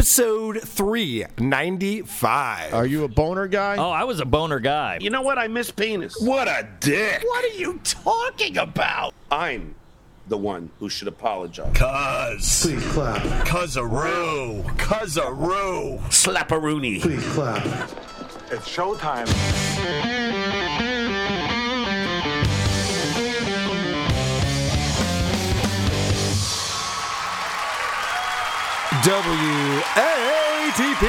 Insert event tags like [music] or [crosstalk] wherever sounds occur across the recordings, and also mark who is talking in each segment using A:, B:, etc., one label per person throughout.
A: episode 395.
B: Are you a boner guy?
C: Oh, I was a boner guy.
D: You know what? I miss penis.
E: What a dick.
A: what are you talking about?
D: I'm the one who should apologize.
E: Cuz. Please clap. Cuzaroo.
F: Oh,
E: Cuzaroo.
D: Slapperoonie.
G: Please clap.
H: It's showtime.
A: WATP.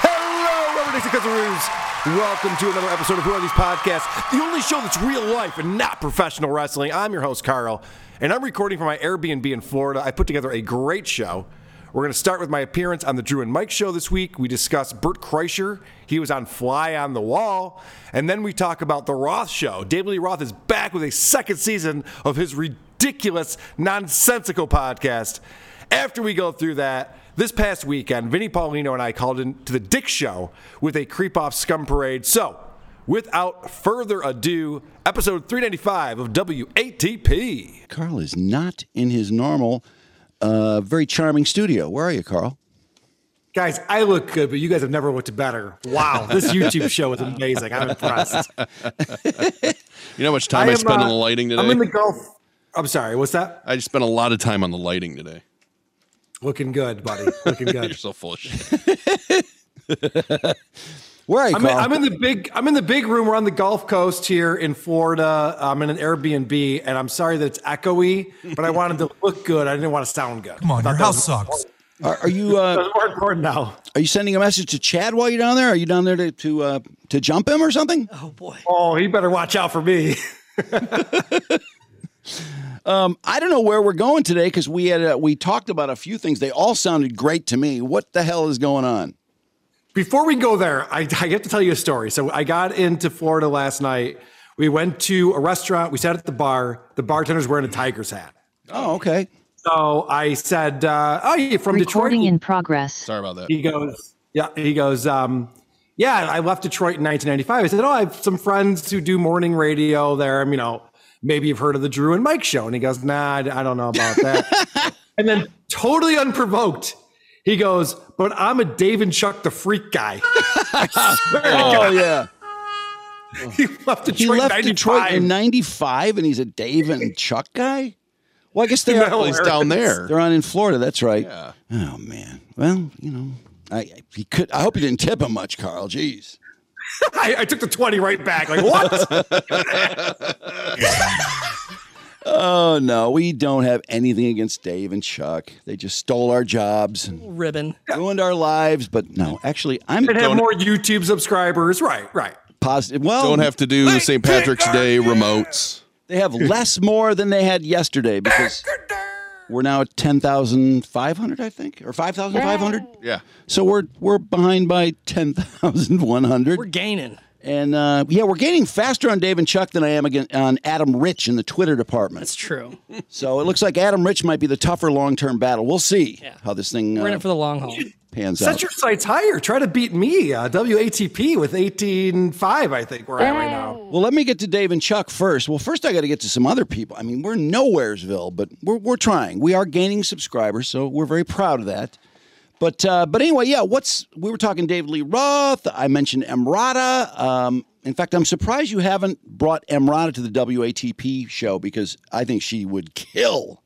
A: Hello, Rubber Dixie Cuzaroos. Welcome to another episode of Who Are These Podcasts, the only show that's real life and not professional wrestling. I'm your host, Carl, and I'm recording from my Airbnb in Florida. I put together a great show. We're going to start with my appearance on the Drew and Mike show this week. We discuss Burt Kreischer. He was on Fly on the Wall. And then we talk about The Roth Show. David Lee Roth is back with a second season of his ridiculous, nonsensical podcast. After we go through that, this past weekend, Vinnie Paulino and I called in to the Dick Show with a creep off scum parade. So, without further ado, episode 395 of WATP.
I: Carl is not in his normal, uh, very charming studio. Where are you, Carl?
A: Guys, I look good, but you guys have never looked better. Wow, [laughs] this YouTube show is amazing. I'm impressed.
J: You know how much time I,
A: am,
J: spent
A: uh,
J: on the lighting today?
A: I'm in the Gulf. I'm sorry, what's that?
J: I spent a lot of time on the lighting today.
A: Looking good, buddy. Looking
J: You're
A: good.
J: so full of shit.
I: Where are you,
A: I'm in,
I: Carl?
A: I'm in the big I'm in the big room. We're on the Gulf Coast here in Florida. I'm in an Airbnb, and I'm sorry that it's echoey, but I wanted to look good. I didn't want to sound good. Come on, your house sucks.
I: are, are you uh,
A: That's more important now.
I: are you sending a message to Chad while you're down there? Are you down there to to, uh, to jump him or something?
A: Oh, he better watch out for me. [laughs]
I: Um, I don't know where we're going today because we had uh, we talked about a few things. They all sounded great to me. What the hell is going on?
A: Before we go there, I, I have to tell you a story. So I got into Florida last night. We went to a restaurant. We sat at the bar. The bartender's wearing a Tigers hat.
I: Oh, okay.
A: So I said, uh, "Oh, you from
K: Recording
A: Detroit?"
K: in progress.
J: Sorry about that.
A: he goes, yeah, he goes, um, yeah, I left Detroit in 1995. I said, oh, I have some friends who do morning radio there. I'm, you know, maybe you've heard of the Drew and Mike show. And he goes, nah, I I don't know about
I: [laughs]
A: that. and then totally unprovoked, he goes, but I'm a Dave and Chuck the Freak guy. [laughs]
I: Oh yeah.
A: he left Detroit.
I: He left Detroit in
A: 95.
I: '95, and he's a Dave and Chuck guy. Well, I guess
A: [laughs]
I: they're
A: No,
J: He's down there.
I: they're on in Florida. That's right.
J: Yeah.
I: Oh man. Well, you know, I I- he could. I hope you didn't tip him much, Carl. [laughs] Jeez.
A: [laughs] I, I took the 20 right back. Like,
I: [laughs]
A: what? [laughs]
I: Oh no, we don't have anything against Dave and Chuck. They just stole our jobs and
L: ribbon.
I: ruined our lives. But no, actually, I'm
A: and have more YouTube subscribers. Right, right.
I: positive. Well,
J: Don't have to do the St. Patrick's Day remotes.
I: they [laughs] have less more than they had yesterday
A: [laughs]
I: because we're now at ten thousand five hundred, I think, or five thousand five hundred.
J: Yeah.
I: So we're we're behind by ten thousand one
L: We're
I: hundred,
L: gaining.
I: and uh, yeah, we're gaining faster on Dave and Chuck than I am again on Adam Rich in the Twitter department.
L: It's true.
I: So it looks like Adam Rich might be the tougher long term battle. We'll see how this thing
L: We're in
I: uh,
L: it for the long haul.
I: pans
A: Set
I: out.
A: your sights higher. Try to beat me, uh, WATP, with 18.5, I think we're at right now.
I: well, let me get to Dave and Chuck first. Well, first I got to get to some other people. I mean, we're nowheresville, but we're we're trying. We are gaining subscribers, so we're very proud of that. But uh, but anyway, yeah. What's we were talking David Lee Roth. I mentioned Emrata. Um, in fact, I'm surprised you haven't brought Emrata to the WATP show because I think she would kill.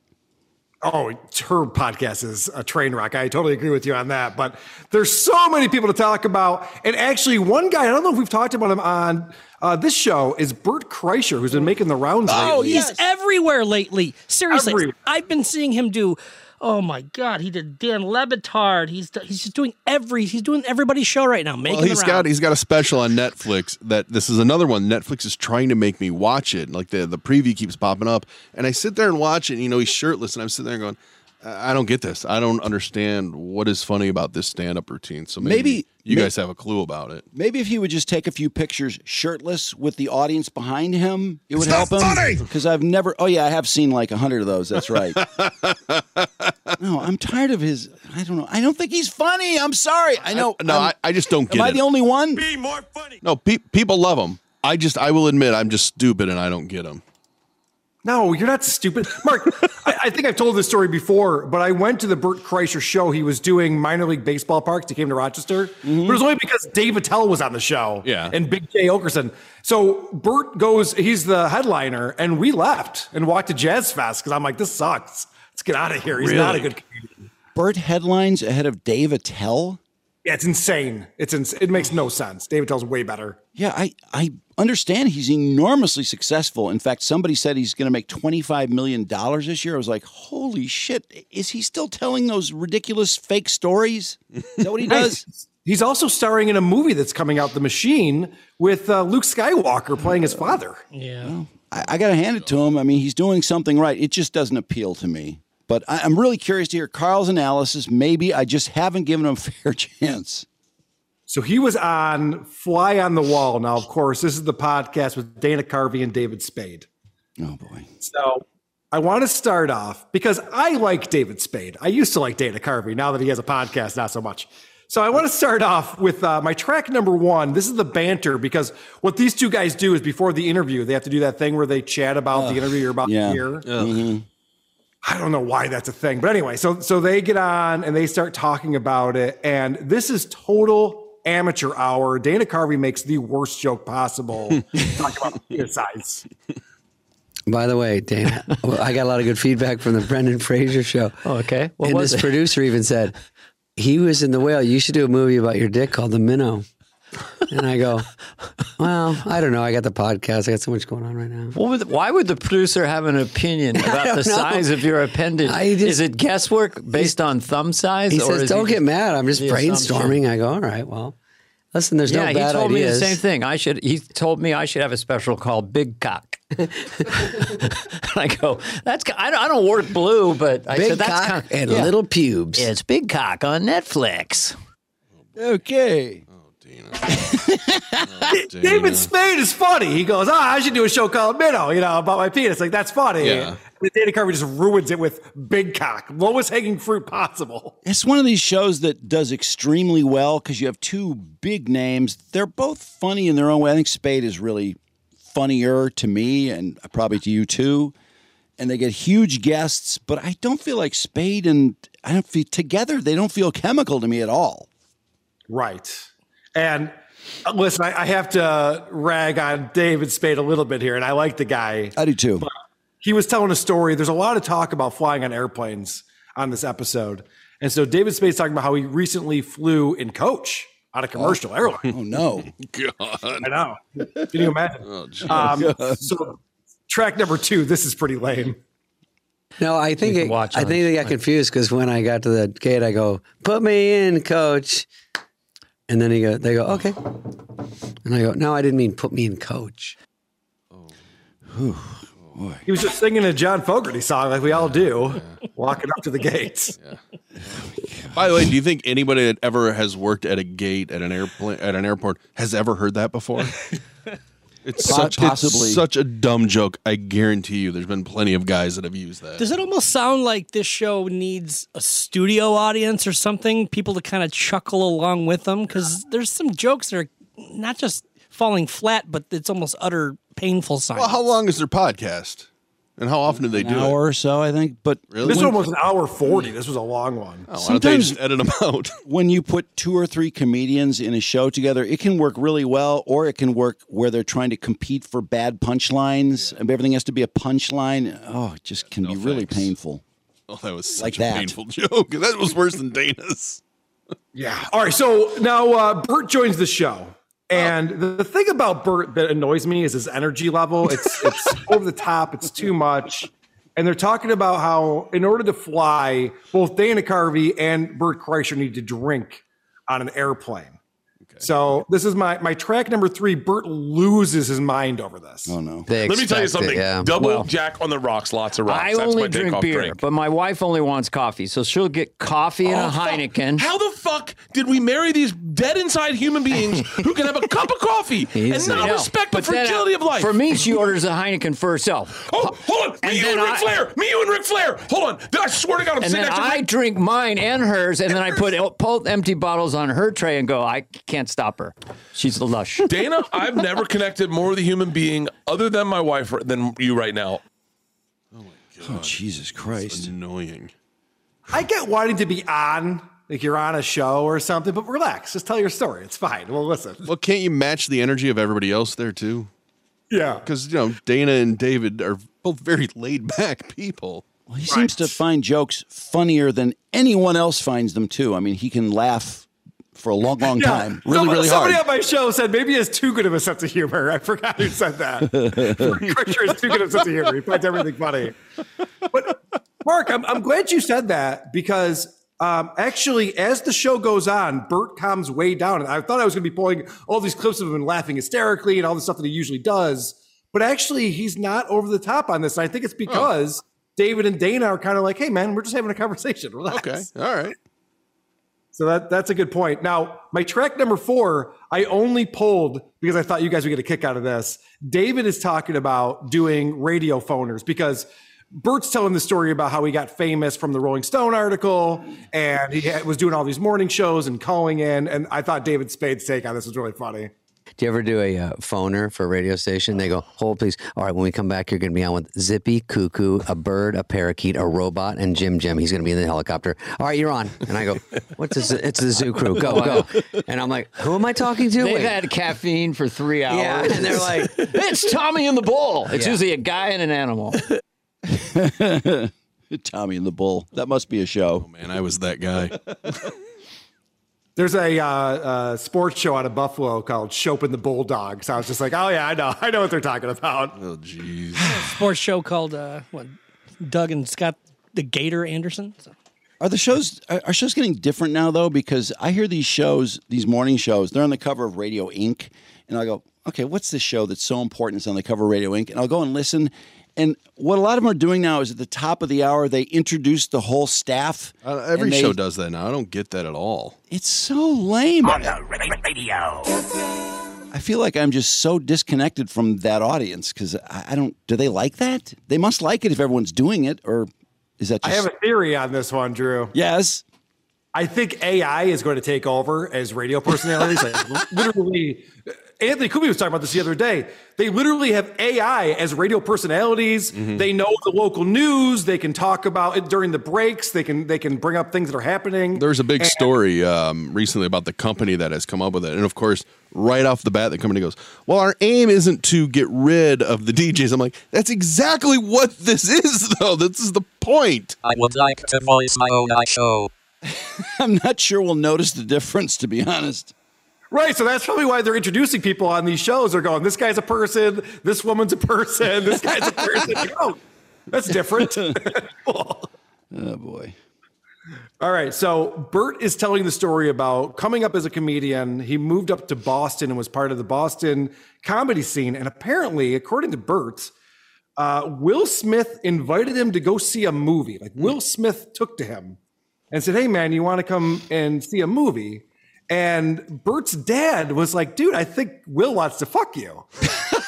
A: Oh, her podcast is a train wreck. I totally agree with you on that. But there's so many people to talk about. And actually, one guy, I don't know if we've talked about him on uh, this show, is Bert Kreischer, who's been making the rounds
L: Oh,
A: lately.
L: he's everywhere lately. Seriously,
A: Everywhere.
L: I've been seeing him do. Oh my God, he did Dan Lebitard. He's he's just doing every. He's doing everybody's show right now. Making
J: Well, he's
L: the
J: got
L: rounds.
J: he's got a special on Netflix that this is another one. Netflix is trying to make me watch it. Like the the preview keeps popping up, and I sit there and watch it. And, you know, he's shirtless, and I'm sitting there going, I I don't get this. I don't understand what is funny about this stand up routine. So maybe,
I: Maybe-
J: you
I: may-
J: guys have a clue about it.
I: Maybe if he would just take a few pictures shirtless with the audience behind him, it would help him. Because I've never. Oh yeah, I have seen like a hundred of those. That's
J: [laughs]
I: right. no, I'm tired of his. I don't know. I don't think he's funny. I'm sorry. I know.
J: no,
I: I'm-
J: I, I just don't get
I: am I
J: it.
I: the only one?
J: no, pe- people love him. I just I will admit I'm just stupid and I don't get him.
A: No, you're not stupid. Mark, I, I think I've told this story before, but I went to the Burt Kreischer show he was doing minor league baseball parks. He came to Rochester, but it was only because Dave Attell was on the show.
J: Yeah.
A: And Big Jay Okerson. So Burt goes, he's the headliner, and we left and walked to Jazz Fest because I'm like, this sucks. Let's get out of here. He's not a good comedian.
I: Bert headlines ahead of Dave Attell.
A: Yeah, it's insane. It's ins- It makes no sense. Dave Attell's way better.
I: Yeah, I I understand he's enormously successful. In fact, somebody said he's going to make twenty five million dollars this year. I was like, holy shit! Is he still telling those ridiculous fake stories? Is that
A: [laughs]
I: what he does?
A: He's also starring in a movie that's coming out, The Machine, with uh, Luke Skywalker playing his father.
L: Yeah.
I: I, I got to hand it to him. I mean, he's doing something right. It just doesn't appeal to me. But I, I'm really curious to hear Carl's analysis. Maybe I just haven't given him a [laughs] fair chance.
A: So he was on Fly on the Wall. Now, of course, this is the podcast with Dana Carvey and David Spade.
I: Oh boy.
A: So I want to start off because I like David Spade. I used to like Dana Carvey. Now that he has a podcast, not so much. So I want to start off with uh, my track number one. This is the banter because what these two guys do is before the interview, they have to do that thing where they chat about the interview or about
I: yeah. Mm-hmm.
A: the year. I don't know why that's a thing, but anyway, so so they get on and they start talking about it, and this is total amateur hour. Dana Carvey makes the worst joke possible, talking about penis size.
B: By the way,
C: [laughs]
B: Dana, well, I got a lot of good feedback from the Brendan Fraser show.
C: Oh, okay. What
B: and
C: was
B: this
C: it?
B: producer even said, he was in the whale. You should do a movie about your dick called The Minnow. And I go, well, I don't know. I got the podcast. I got so much going on right now.
C: What would, why would the producer have
B: [laughs]
C: an opinion about the
B: don't know.
C: size of your appendage?
B: I just-
C: is it guesswork based on thumb size?
B: He
C: or
B: says,
C: is he
B: don't
C: just-
B: get mad. I'm just
C: the assumption.
B: brainstorming. I go, all right, well, listen, there's
C: Yeah,
B: no bad
C: he told
B: ideas.
C: me the same thing. I should. He told me I should have a special called
B: [laughs]
C: Big Cock. [laughs] and I go, that's. I don't, I don't work blue, but I
B: Big
C: said that's
B: cock
C: kind of,
B: and
C: yeah.
B: little pubes.
C: It's Big Cock on Netflix.
I: Okay.
A: [laughs] David Spade is funny. He goes, "Ah, I should do a show called Minnow," you know, about my penis. Like that's funny.
J: Yeah.
A: And Dana Carvey just ruins it with big cock, lowest hanging fruit possible.
I: It's one of these shows that does extremely well because you have two big names. They're both funny in their own way. I think Spade is really funnier to me and probably to you too. And they get huge guests, but I don't feel like Spade and I don't feel together. They don't feel chemical to me at all.
A: Right. And uh, listen, I, I have to uh, rag on David Spade a little bit here, and I like the guy.
I: I do too.
A: he was telling a story. There's a lot of talk about flying on airplanes on this episode. And so David Spade's talking about how he recently flew in coach on a commercial airline.
I: Oh no.
J: [laughs]
I: Oh,
A: I know. Can you imagine?
I: [laughs]
J: Oh,
A: um, so track number two, this is pretty lame.
B: No, I think
C: can
B: it,
C: watch
B: I
C: on-
B: think they got confused because when I got to the gate, I go, "Put me in, coach," and then he go, they go, "Okay," and I go, "No, I didn't mean put me in, coach."
A: He was just singing a John Fogerty song like we all do, walking up to the gates.
J: By the way, do you think anybody that ever has worked at a gate at an airplane at an airport has ever heard that
I: [laughs]
J: before? It's
I: Po-
J: such,
I: possibly.
J: it's such a dumb joke. I guarantee you, there's been plenty of guys that have used that.
L: Does it almost sound like this show needs a studio audience or something? People to kind of chuckle along with them? Because there's some jokes that are not just falling flat, but it's almost utter painful silence.
J: well, how long is their podcast, and how often do they
I: An
J: do
I: hour
J: it?
I: or so, I think. But
J: Really? Oh,
A: This one was an hour 40. This was a long one.
J: Why don't they
I: Sometimes-
J: just edit them out? [laughs]
I: when you put two or three comedians in a show together, it can work really well, or it can work where they're trying to compete for bad punchlines. and Everything has to be a punchline. Oh, it just can be really
J: thanks.
I: painful.
J: Oh, that was such
I: Like
J: a
I: that.
J: painful [laughs] joke. That was worse than Dana's.
A: Yeah. All right. So now uh, Bert joins the show. And the, the thing about Bert that annoys me is his energy level. It's, it's over the top, it's too much. And they're talking about how, in order to fly, both Dana Carvey and Bert Kreischer need to drink on an airplane. So this is my, my track number three. Bert loses his mind over this.
I: Oh no.
B: They
G: Let me tell
B: expect
G: you
B: it,
G: something.
B: yeah.
G: Double Jack on the rocks, lots of rocks.
C: I
G: That's my
C: only
G: take
C: drink
G: off
C: beer,
G: drink.
C: but my wife only wants coffee, so she'll get coffee and a
G: Oh, fuck.
C: Heineken.
G: How the fuck did we marry these dead inside human beings who can have a cup of coffee
C: [laughs]
G: and
C: Easy. I
G: not
C: know,
G: respect the
C: but then, uh,
G: fragility of life?
C: For me, she orders a Heineken for herself.
G: Oh, hold on. Me,
C: And
G: you,
C: then
G: and Ric
C: I-
G: Flair. Me, you, and Ric Flair. Hold on. I swear to God, I'm
C: And
G: sitting
C: then
G: next to
C: I
G: Ric-
C: drink mine and hers, and then I put el- both empty bottles on her tray and go, I can't stop her. She's the lush. [laughs]
G: Dana, I've never connected more with a human being other than my wife than you right now.
I: Oh, Jesus Christ.
J: Annoying.
A: I get wanting to be on, like you're on a show or something, but relax. Just tell your story. It's fine. Well, listen.
J: Well, can't you match the energy of everybody else there too?
A: Yeah.
J: Because you know Dana and David are both very laid back people.
I: Well, he seems to find jokes funnier than anyone else finds them too. I mean, he can laugh for a
J: [laughs]
I: long, long time, really,
A: somebody,
I: really hard.
A: somebody on my show said maybe he has too good of a sense of humor. I forgot who
I: [laughs]
A: said that. Crusher has too good of a sense of humor. He finds everything funny. But Mark, I'm, I'm glad you said that because um, actually, as the show goes on, Bert calms way down. And I thought I was going to be pulling all these clips of him and laughing hysterically and all the stuff that he usually does. But actually, he's not over the top on this. And I think it's because David and Dana are kind of like, hey, man, we're just having a conversation. Relax.
J: Okay, all right.
A: So that that's a good point. Now, my track number four, I only pulled because I thought you guys would get a kick out of this. David is talking about doing radio phoners because Bert's telling the story about how he got famous from the Rolling Stone article and he had- was doing all these morning shows and calling in. And I thought David Spade's take on this was really funny.
B: Do you ever do a uh, phoner for a radio station? They go, hold please. All right, when we come back, you're going to be on with Zippy, Cuckoo, a bird, a parakeet, a robot, and Jim Jim. He's going to be in the helicopter. All right, you're on. And I go, what's this? It's the zoo crew. Go, go. [laughs] And I'm like, who am I talking to?
C: They've
B: Wait.
C: had caffeine for three hours.
B: Yeah, and they're like-
C: [laughs] it's Tommy in the Bull. It's
B: Yeah.
C: usually a guy and an animal.
I: [laughs]
J: [laughs]
I: Tommy and the Bull. That must be a show.
J: Oh, Man, I was that guy.
A: There's a uh, uh, sports show out of Buffalo called Chopin the Bulldog. So I was just like, oh, yeah, I know. [laughs] I know what they're talking about.
J: Oh, jeez.
L: sports show called uh, what? Doug and Scott the Gator Anderson. So-
I: Are the shows are are shows getting different now though? Because I hear these shows, these morning shows, they're on the cover of Radio Inc. And I go, okay, what's this show that's so important? It's on the cover of Radio Inc. And I'll go and listen. And what a lot of them are doing now is at the top of the hour they introduce the whole staff.
J: Uh, every
I: and they-
J: show does that now. I don't get that at all.
I: It's so lame.
D: Radio.
I: I feel like I'm just so disconnected from that audience because I, I don't. Do they like that? They must like it if everyone's doing it, or is that
A: I
I: just?
A: have a theory on this one, Drew.
I: yes.
A: I think AI is going to take over as radio personalities. Like, [laughs] literally, uh, Anthony Kubi was talking about this the other day. They literally have AI as radio personalities. They know the local news. They can talk about it during the breaks. They can they can bring up things that are happening.
J: There's a big story um, recently about the company that has come up with it. And of course, right off the bat, the company goes, Well, our aim isn't to get rid of the DJs. I'm like, That's exactly what this is, though. This is the point.
H: I would like to voice my own
B: [laughs]
H: show.
I: [laughs] I'm not sure we'll notice the difference, to be honest.
A: right, so that's probably why they're introducing people on these shows. They're going, this guy's a person. This woman's a person. This guy's a person. Like, oh, that's different.
I: [laughs]
A: [laughs]
I: Oh boy.
A: All right. So Bert is telling the story about coming up as a comedian. He moved up to Boston and was part of the Boston comedy scene. And apparently, according to Bert, uh, Will Smith invited him to go see a movie. Like Will Smith took to him and said, Hey, man, you want to come and see a movie? And Bert's dad was like, Dude, I think Will wants to fuck you. [laughs]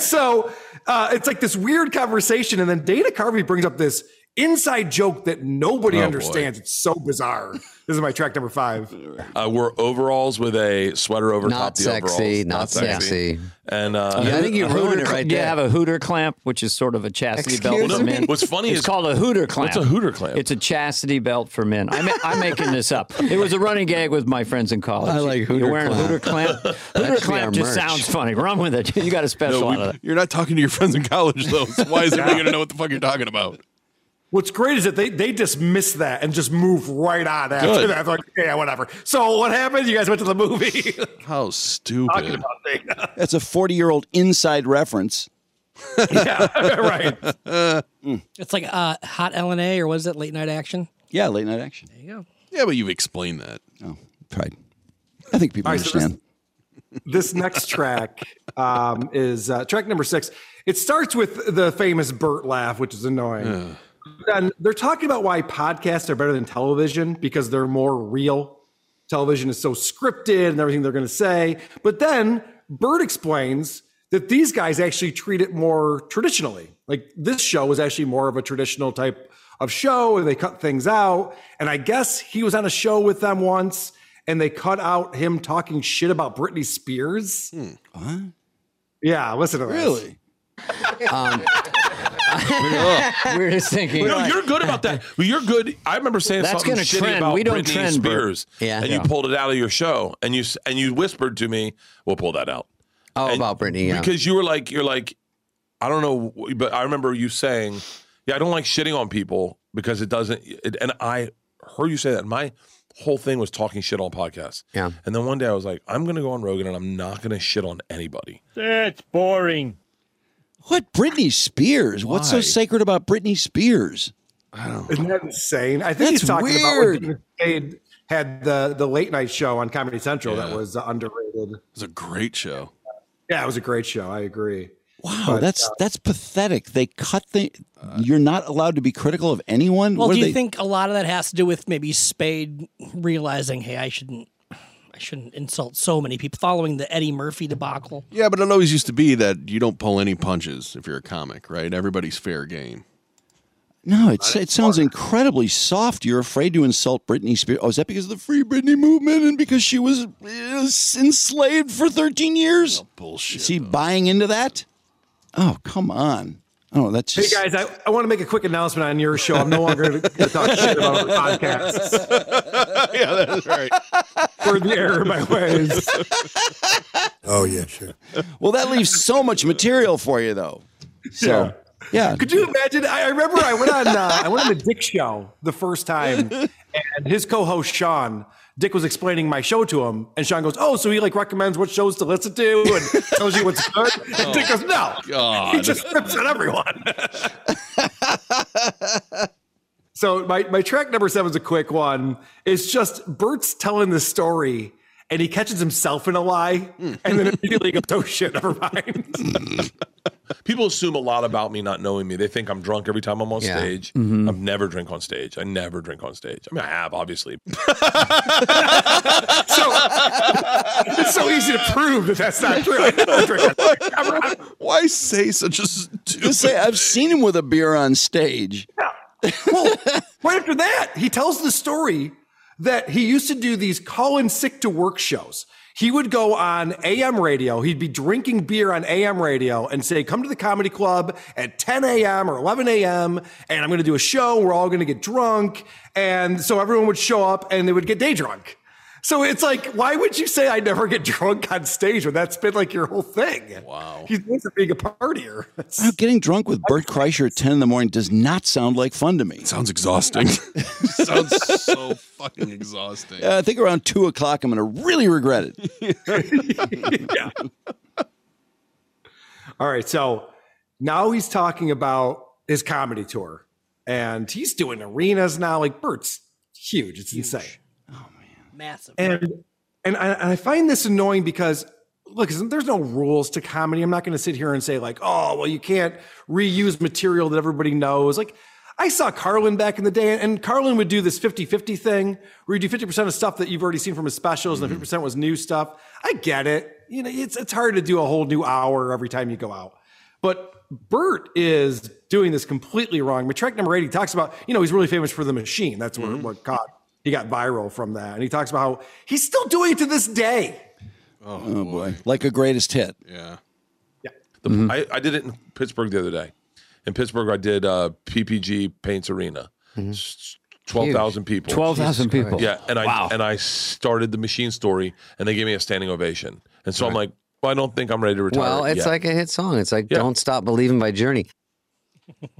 A: so uh, it's like this weird conversation. And then Dana Carvey brings up this inside joke that nobody
J: Oh, boy.
A: understands. It's so bizarre. This is my track number five.
K: Uh, wore overalls with a sweater over top
B: Not
K: the
B: sexy,
K: overalls.
B: not, sexy.
K: And uh,
B: I
K: [laughs]
B: think you ruined it right
C: You
B: there.
C: have a hooter clamp, which is sort of a chastity belt
B: Excuse
C: for
B: me?
C: men.
K: What's funny
C: it's
K: is-
C: called a hooter clamp.
K: What's a hooter clamp?
C: It's a chastity belt for men. I'm, I'm making this up. It was a running gag with my friends in college.
B: I like hooter
C: You're wearing a
B: clamp.
C: hooter
B: [laughs]
C: clamp.
B: should
C: Hooter
B: be our
C: clamp just
B: merch.
C: sounds funny. Run with it. You got to special
J: No, we-
C: out of that.
J: you're not talking to your friends in college, though. So why is everybody going to know what the fuck you're talking about?
A: What's great is that they they dismiss that and just move right on after
J: Good.
A: that. Like, yeah, whatever. So what happened? You guys went to the movie. [laughs]
J: How stupid.
I: That's a 40 year old inside reference.
A: [laughs]
I: Hmm.
A: yeah, right.
L: It's like uh, Hot LNA or was it Late Night Action?
I: Yeah, late night action.
L: There you go.
J: Yeah, but you've explained that.
I: Oh, tried. I think people
A: All right, so
I: understand.
A: this next track um, is uh, track number six. It starts with the famous Bert laugh, which is annoying. and they're talking about why podcasts are better than television because they're more real. Television is so scripted and everything they're going to say. But then Bert explains that these guys actually treat it more traditionally. Like this show is actually more of a traditional type of show and they cut things out. And I guess he was on a show with them once and they cut out him talking shit about Britney
J: Hmm.
A: Spears. Yeah, listen to this.
I: really?
C: We're just thinking.
G: No, you're good about that. You're good. I remember saying
C: That's
G: something
C: gonna
G: shitty
C: trend.
G: about
C: We don't
G: Britney
C: trend, Bert.
G: Spears,
C: Yeah.
G: and
C: Yeah.
G: you pulled it out of your show, and you s- and you whispered to me, "We'll pull that out."
B: Oh, about Britney, yeah.
G: because you were like, you're like, I don't know, w- but I remember you saying, "Yeah, I don't like shitting on people because it doesn't." It, and I heard you say that. and My whole thing was talking shit on podcasts.
B: Yeah.
G: And then one day I was like, I'm going to go on Rogan and I'm not going to shit on anybody.
M: That's boring.
I: What Britney Spears? What's so
G: Why?
I: sacred about Britney Spears?
A: [laughs] Isn't that insane? I think
I: That's
A: he's talking
I: weird.
A: about when David Spade had the the late night show on Comedy Central that was underrated. It
J: was a great show.
A: Yeah, it was a great show. I agree.
I: Wow,
A: But, uh,
I: that's that's pathetic. They cut the. you're not allowed to be critical of anyone.
L: Well,
I: What
L: Hmm, do
I: are
L: you
I: they-
L: think a lot of that has to do with maybe Spade realizing, hey, I shouldn't, I shouldn't insult so many people following the Eddie Murphy debacle?
J: Yeah, but it always used to be that you don't pull any punches if you're a comic, right? Everybody's fair game.
I: No, it's, it sounds incredibly soft. You're afraid to insult Britney Spears. Oh, is that because of the Free Britney movement and because she was uh, enslaved for 13 years?
J: Oh,
I: bullshit. Is he buying into that? Oh, come on. Oh, that's
A: Hey
I: just.
A: guys, I, I want to make a quick announcement on your show. I'm no longer going to talk shit about other
J: [laughs]
A: podcasts.
J: yeah, that's right.
A: For the error of my ways.
I: Oh, yeah, sure. [laughs] well, that leaves so much material for you, though. So, yeah.
A: Could you imagine? I I remember I went on uh, I went on the Dick show the first time, and his co-host Sean Dick was explaining my show to him, and Sean goes, "Oh, so he like recommends what shows to listen to and tells you what's good." And Dick goes, "No,
J: Oh. God.
A: he just rips at everyone." so my my track number seven is a quick one. It's just Bert's telling the story. And he catches himself in a lie, and then immediately goes, "Oh shit,
G: [laughs]
A: never mind."
G: People assume a lot about me not knowing me. They think I'm drunk every time I'm on
A: Yeah.
G: stage. I've never drink on stage. I never drink on stage. I mean, I have obviously.
A: so it's so easy to prove that that's not true. I don't drink.
J: Why say such a stupid?
I: Just say I've seen him with a beer on stage.
A: Well, right after that, he tells the story that he used to do these call in sick to work shows. He would go on AM radio. He'd be drinking beer on AM radio and say, Come to the comedy club at 10 a.m. or 11 a.m. and I'm going to do a show. We're all going to get drunk. And so everyone would show up and they would get day drunk. So it's like, why would you say I never get [laughs] drunk on stage when that's been like your whole thing? Wow. He's known for being a partier. [laughs]
I: Wow, Oh, getting drunk with Bert Kreischer at 10 in the morning does not sound like fun to me.
J: sounds
I: [laughs]
J: exhausting. Sounds so fucking exhausting.
I: Uh, I think around 2 o'clock, I'm going to really regret it.
A: yeah. All right. So now he's talking about his comedy tour and he's doing arenas now. Like Bert's huge. It's insane.
L: Massive.
A: And and I, and I find this annoying because look, there's no rules to comedy. I'm not going to sit here and say like, oh, well, you can't reuse material that everybody knows. Like I saw Carlin back in the day, and Carlin would do this 50-50 thing where you do 50% of stuff that you've already seen from his specials, and the 50% was new stuff. I get it. You know, it's it's hard to do a whole new hour every time you go out. But Bert is doing this completely wrong. My track number eight, he talks about, you know, he's really famous for the machine. That's
I: Mm-hmm.
A: where what caught he got viral from that. And he talks about how he's still doing it to this day.
I: Oh,
G: [laughs]
I: boy. Like a greatest hit.
J: Yeah.
G: The, I, I did it in Pittsburgh the other day. In Pittsburgh, I did uh, PPG Paints Arena. S- 12,000 people.
C: 12,000 Jesus people.
G: Yeah,
C: Christ.
G: and I
C: Wow.
G: and I started the machine story and they gave me a standing ovation. And so I'm like, well, I don't think I'm ready to retire.
B: Well, it's
G: yet.
B: like a hit song. It's like "Don't Stop Believing" by Journey.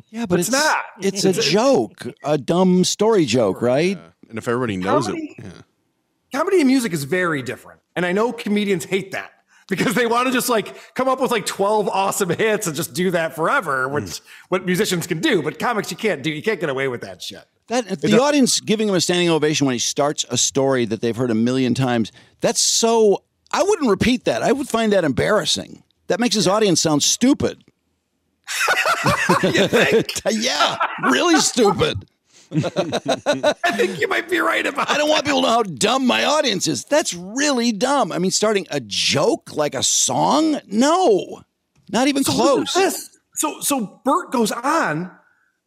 I: Yeah, but it's, not. It's a
A: It's a-
I: joke, a dumb story joke, right?
J: And if everybody
A: knows it- Comedy- Comedy and music is very different. And I know comedians hate that because they want to just like come up with like 12 awesome hits and just do that
I: Mm.
A: forever, which what musicians can do, but comics you can't do. You can't get away with that shit.
I: That the audience giving him a standing ovation when he starts a story that they've heard a million times. That's so. I wouldn't repeat that. I would find that embarrassing. That makes his audience sound stupid. [laughs] yeah, really stupid. I
A: think you might be right about.
I: I don't want people to know how dumb my audience is. That's really dumb. I mean, starting a joke like a song? No, not even
A: So listen to
I: close.
A: this. So so Bert goes on,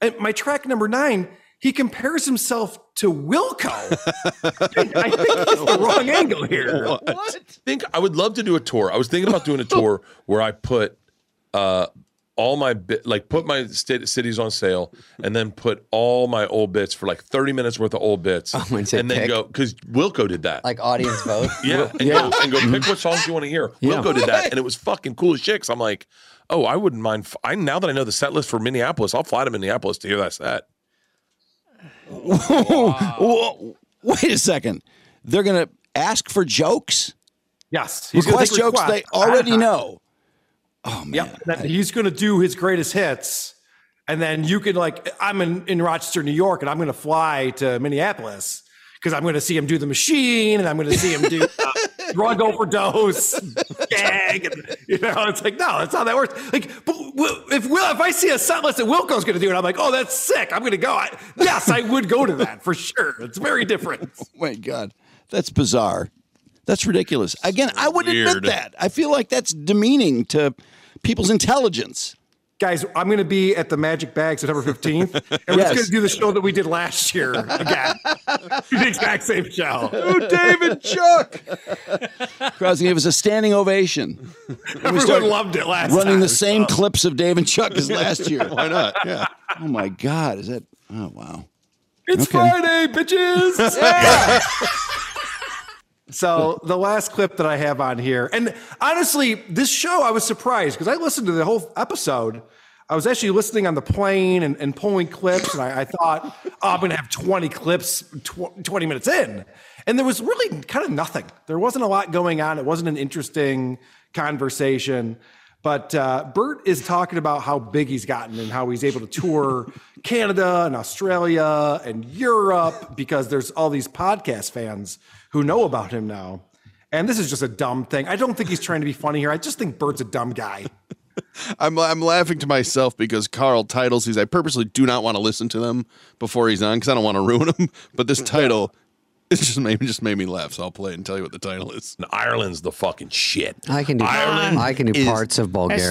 A: and my track number nine, he compares himself to Wilco. I think it's the
G: [laughs]
A: wrong angle here.
G: I think I would love to do a tour. I was thinking about doing a tour where I put uh, all my bit, like put my st- cities on sale, and then put all my old bits for like thirty minutes worth of old bits, and
B: say
G: then
B: pick.
G: go because Wilco did that.
B: Like audience vote.
G: [laughs] Yeah, and,
B: Yeah.
G: Go, and go pick what songs you want to hear.
B: [laughs] Yeah.
G: Wilco did that, and it was fucking cool as shit. i I'm like, oh, I wouldn't mind. F- I now that I know the set list for Minneapolis, I'll fly to Minneapolis to hear that set.
I: Whoa. [laughs] Wait a second. They're going to ask for jokes?
A: [laughs] Yes. he's gonna
I: Request
A: take
I: jokes
A: requests.
I: they
A: [laughs]
I: already know.
A: Oh man, that he's going to do his greatest hits, and then you can like I'm in, in Rochester, New York, and I'm going to fly to Minneapolis because I'm going to see him do the machine, and I'm going to see him do uh, drug overdose, gag, and, you know. It's like no, that's not how that works. Like, but Wil- if Will, if I see a set list that Wilco's going to do, and I'm like, oh, that's sick, I'm going to go. I, yes, I would go to that for sure. It's very different.
I: Oh my God. That's bizarre. That's ridiculous. Again, I would
A: Weird.
I: admit that. I feel like that's demeaning to people's intelligence.
A: Guys, I'm going to be at the Magic Bag September 15th, and we're just
I: [laughs] Yes.
A: going to do the show that we did last year again. the exact same show.
I: Oh, David Chuck. Krause gave us a standing ovation.
A: Everyone
I: started
A: loved it last
I: Running
A: time. Oh.
I: the same clips of Dave and Chuck
A: [laughs]
I: as last year.
J: Why not? Yeah.
I: Oh my God. Is that? Oh wow.
A: It's
I: Okay.
A: Friday, bitches. [laughs] so the last clip that I have on here, and honestly, this show I was surprised because I listened to the whole episode. I was actually listening on the plane and, and pulling clips, and I, I thought [laughs] oh, I'm going to have 20 clips tw- 20 minutes in, and there was really kind of nothing. There wasn't a lot going on. It wasn't an interesting conversation. But uh, Bert is talking about how big he's gotten and how he's able to
J: [laughs]
A: tour Canada and Australia and Europe because there's all these podcast fans who know about him now. And this is just a dumb thing. I don't think he's trying to be funny here. I just think Bert's a dumb guy.
J: [laughs] I'm I'm laughing to myself because Carl titles these. I purposely do not want to listen to them before he's on because I don't want to [laughs] ruin them. But this title, it just made just made me laugh. So I'll play it and tell you what the title is.
G: Ireland's the fucking shit.
B: I can do.
G: Ireland
B: I can do
G: is-
B: parts of Bulgaria.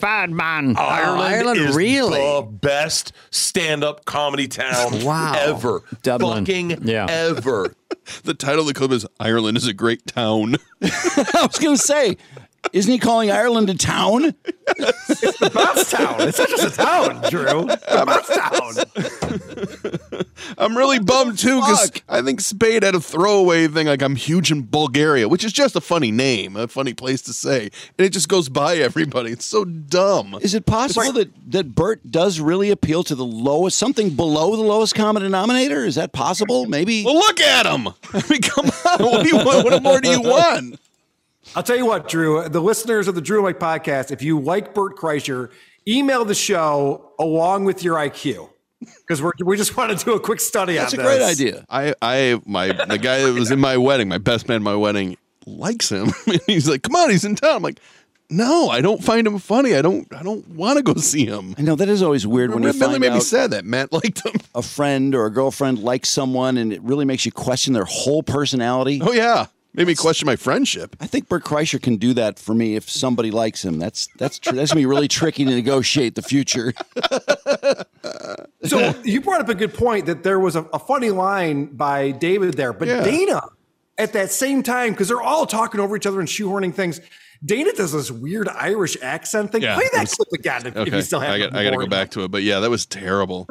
C: bad, man.
G: [laughs] Ireland,
B: Oh, Ireland,
G: is
B: really?
G: the best stand-up comedy town
B: [laughs] Wow.
G: ever.
B: Dublin.
G: Fucking [laughs]
B: Yeah.
G: ever.
J: [laughs] the title of the clip is Ireland is a great [laughs] town.
I: [laughs] I was going to say, isn't he calling Ireland a town?
A: Bounce town. It's not just a town, Drew. Bounce town.
J: I'm really bummed too because I think Spade had a throwaway thing like I'm huge in Bulgaria, which is just a funny name, a funny place to say, and it just goes by everybody. It's so dumb.
I: Is it possible that that Bert does really appeal to the lowest, something below the lowest common denominator? Is that possible? Maybe. Well,
J: look at him. I mean, come on. [laughs] What, do you, want? what more do you want?
A: I'll tell you what, Drew, the listeners of the Drew and Mike podcast, if you like Bert Kreischer, email the show along with your IQ because we just want to do a quick study on this.
J: I, I, my the guy that was in my wedding, my best man at my wedding, likes him. [laughs] And he's like, "Come on, he's in town." I'm like, "No, I don't find him funny. I don't, I don't want to go see him."
I: I know that is always weird when you
J: It really
I: find
J: made me
I: out
J: sad that Matt liked him.
I: a friend or a girlfriend likes someone, and it really makes you question their whole personality.
J: Oh yeah, made me question my friendship.
I: I think Bert Kreischer can do that for me if somebody likes him. That's that's tr- that's gonna be really tricky to negotiate the future.
J: [laughs]
A: So you brought up a good point that there was a, a funny line by David there, but Dana at that same time, because they're all talking over each other and shoehorning things. Dana does this weird Irish accent thing.
J: Yeah,
A: Play that
J: it's-
A: clip again if, if
J: Okay,
A: you still have
J: I
A: it.
J: got, I got to go back to it, but yeah, that was terrible.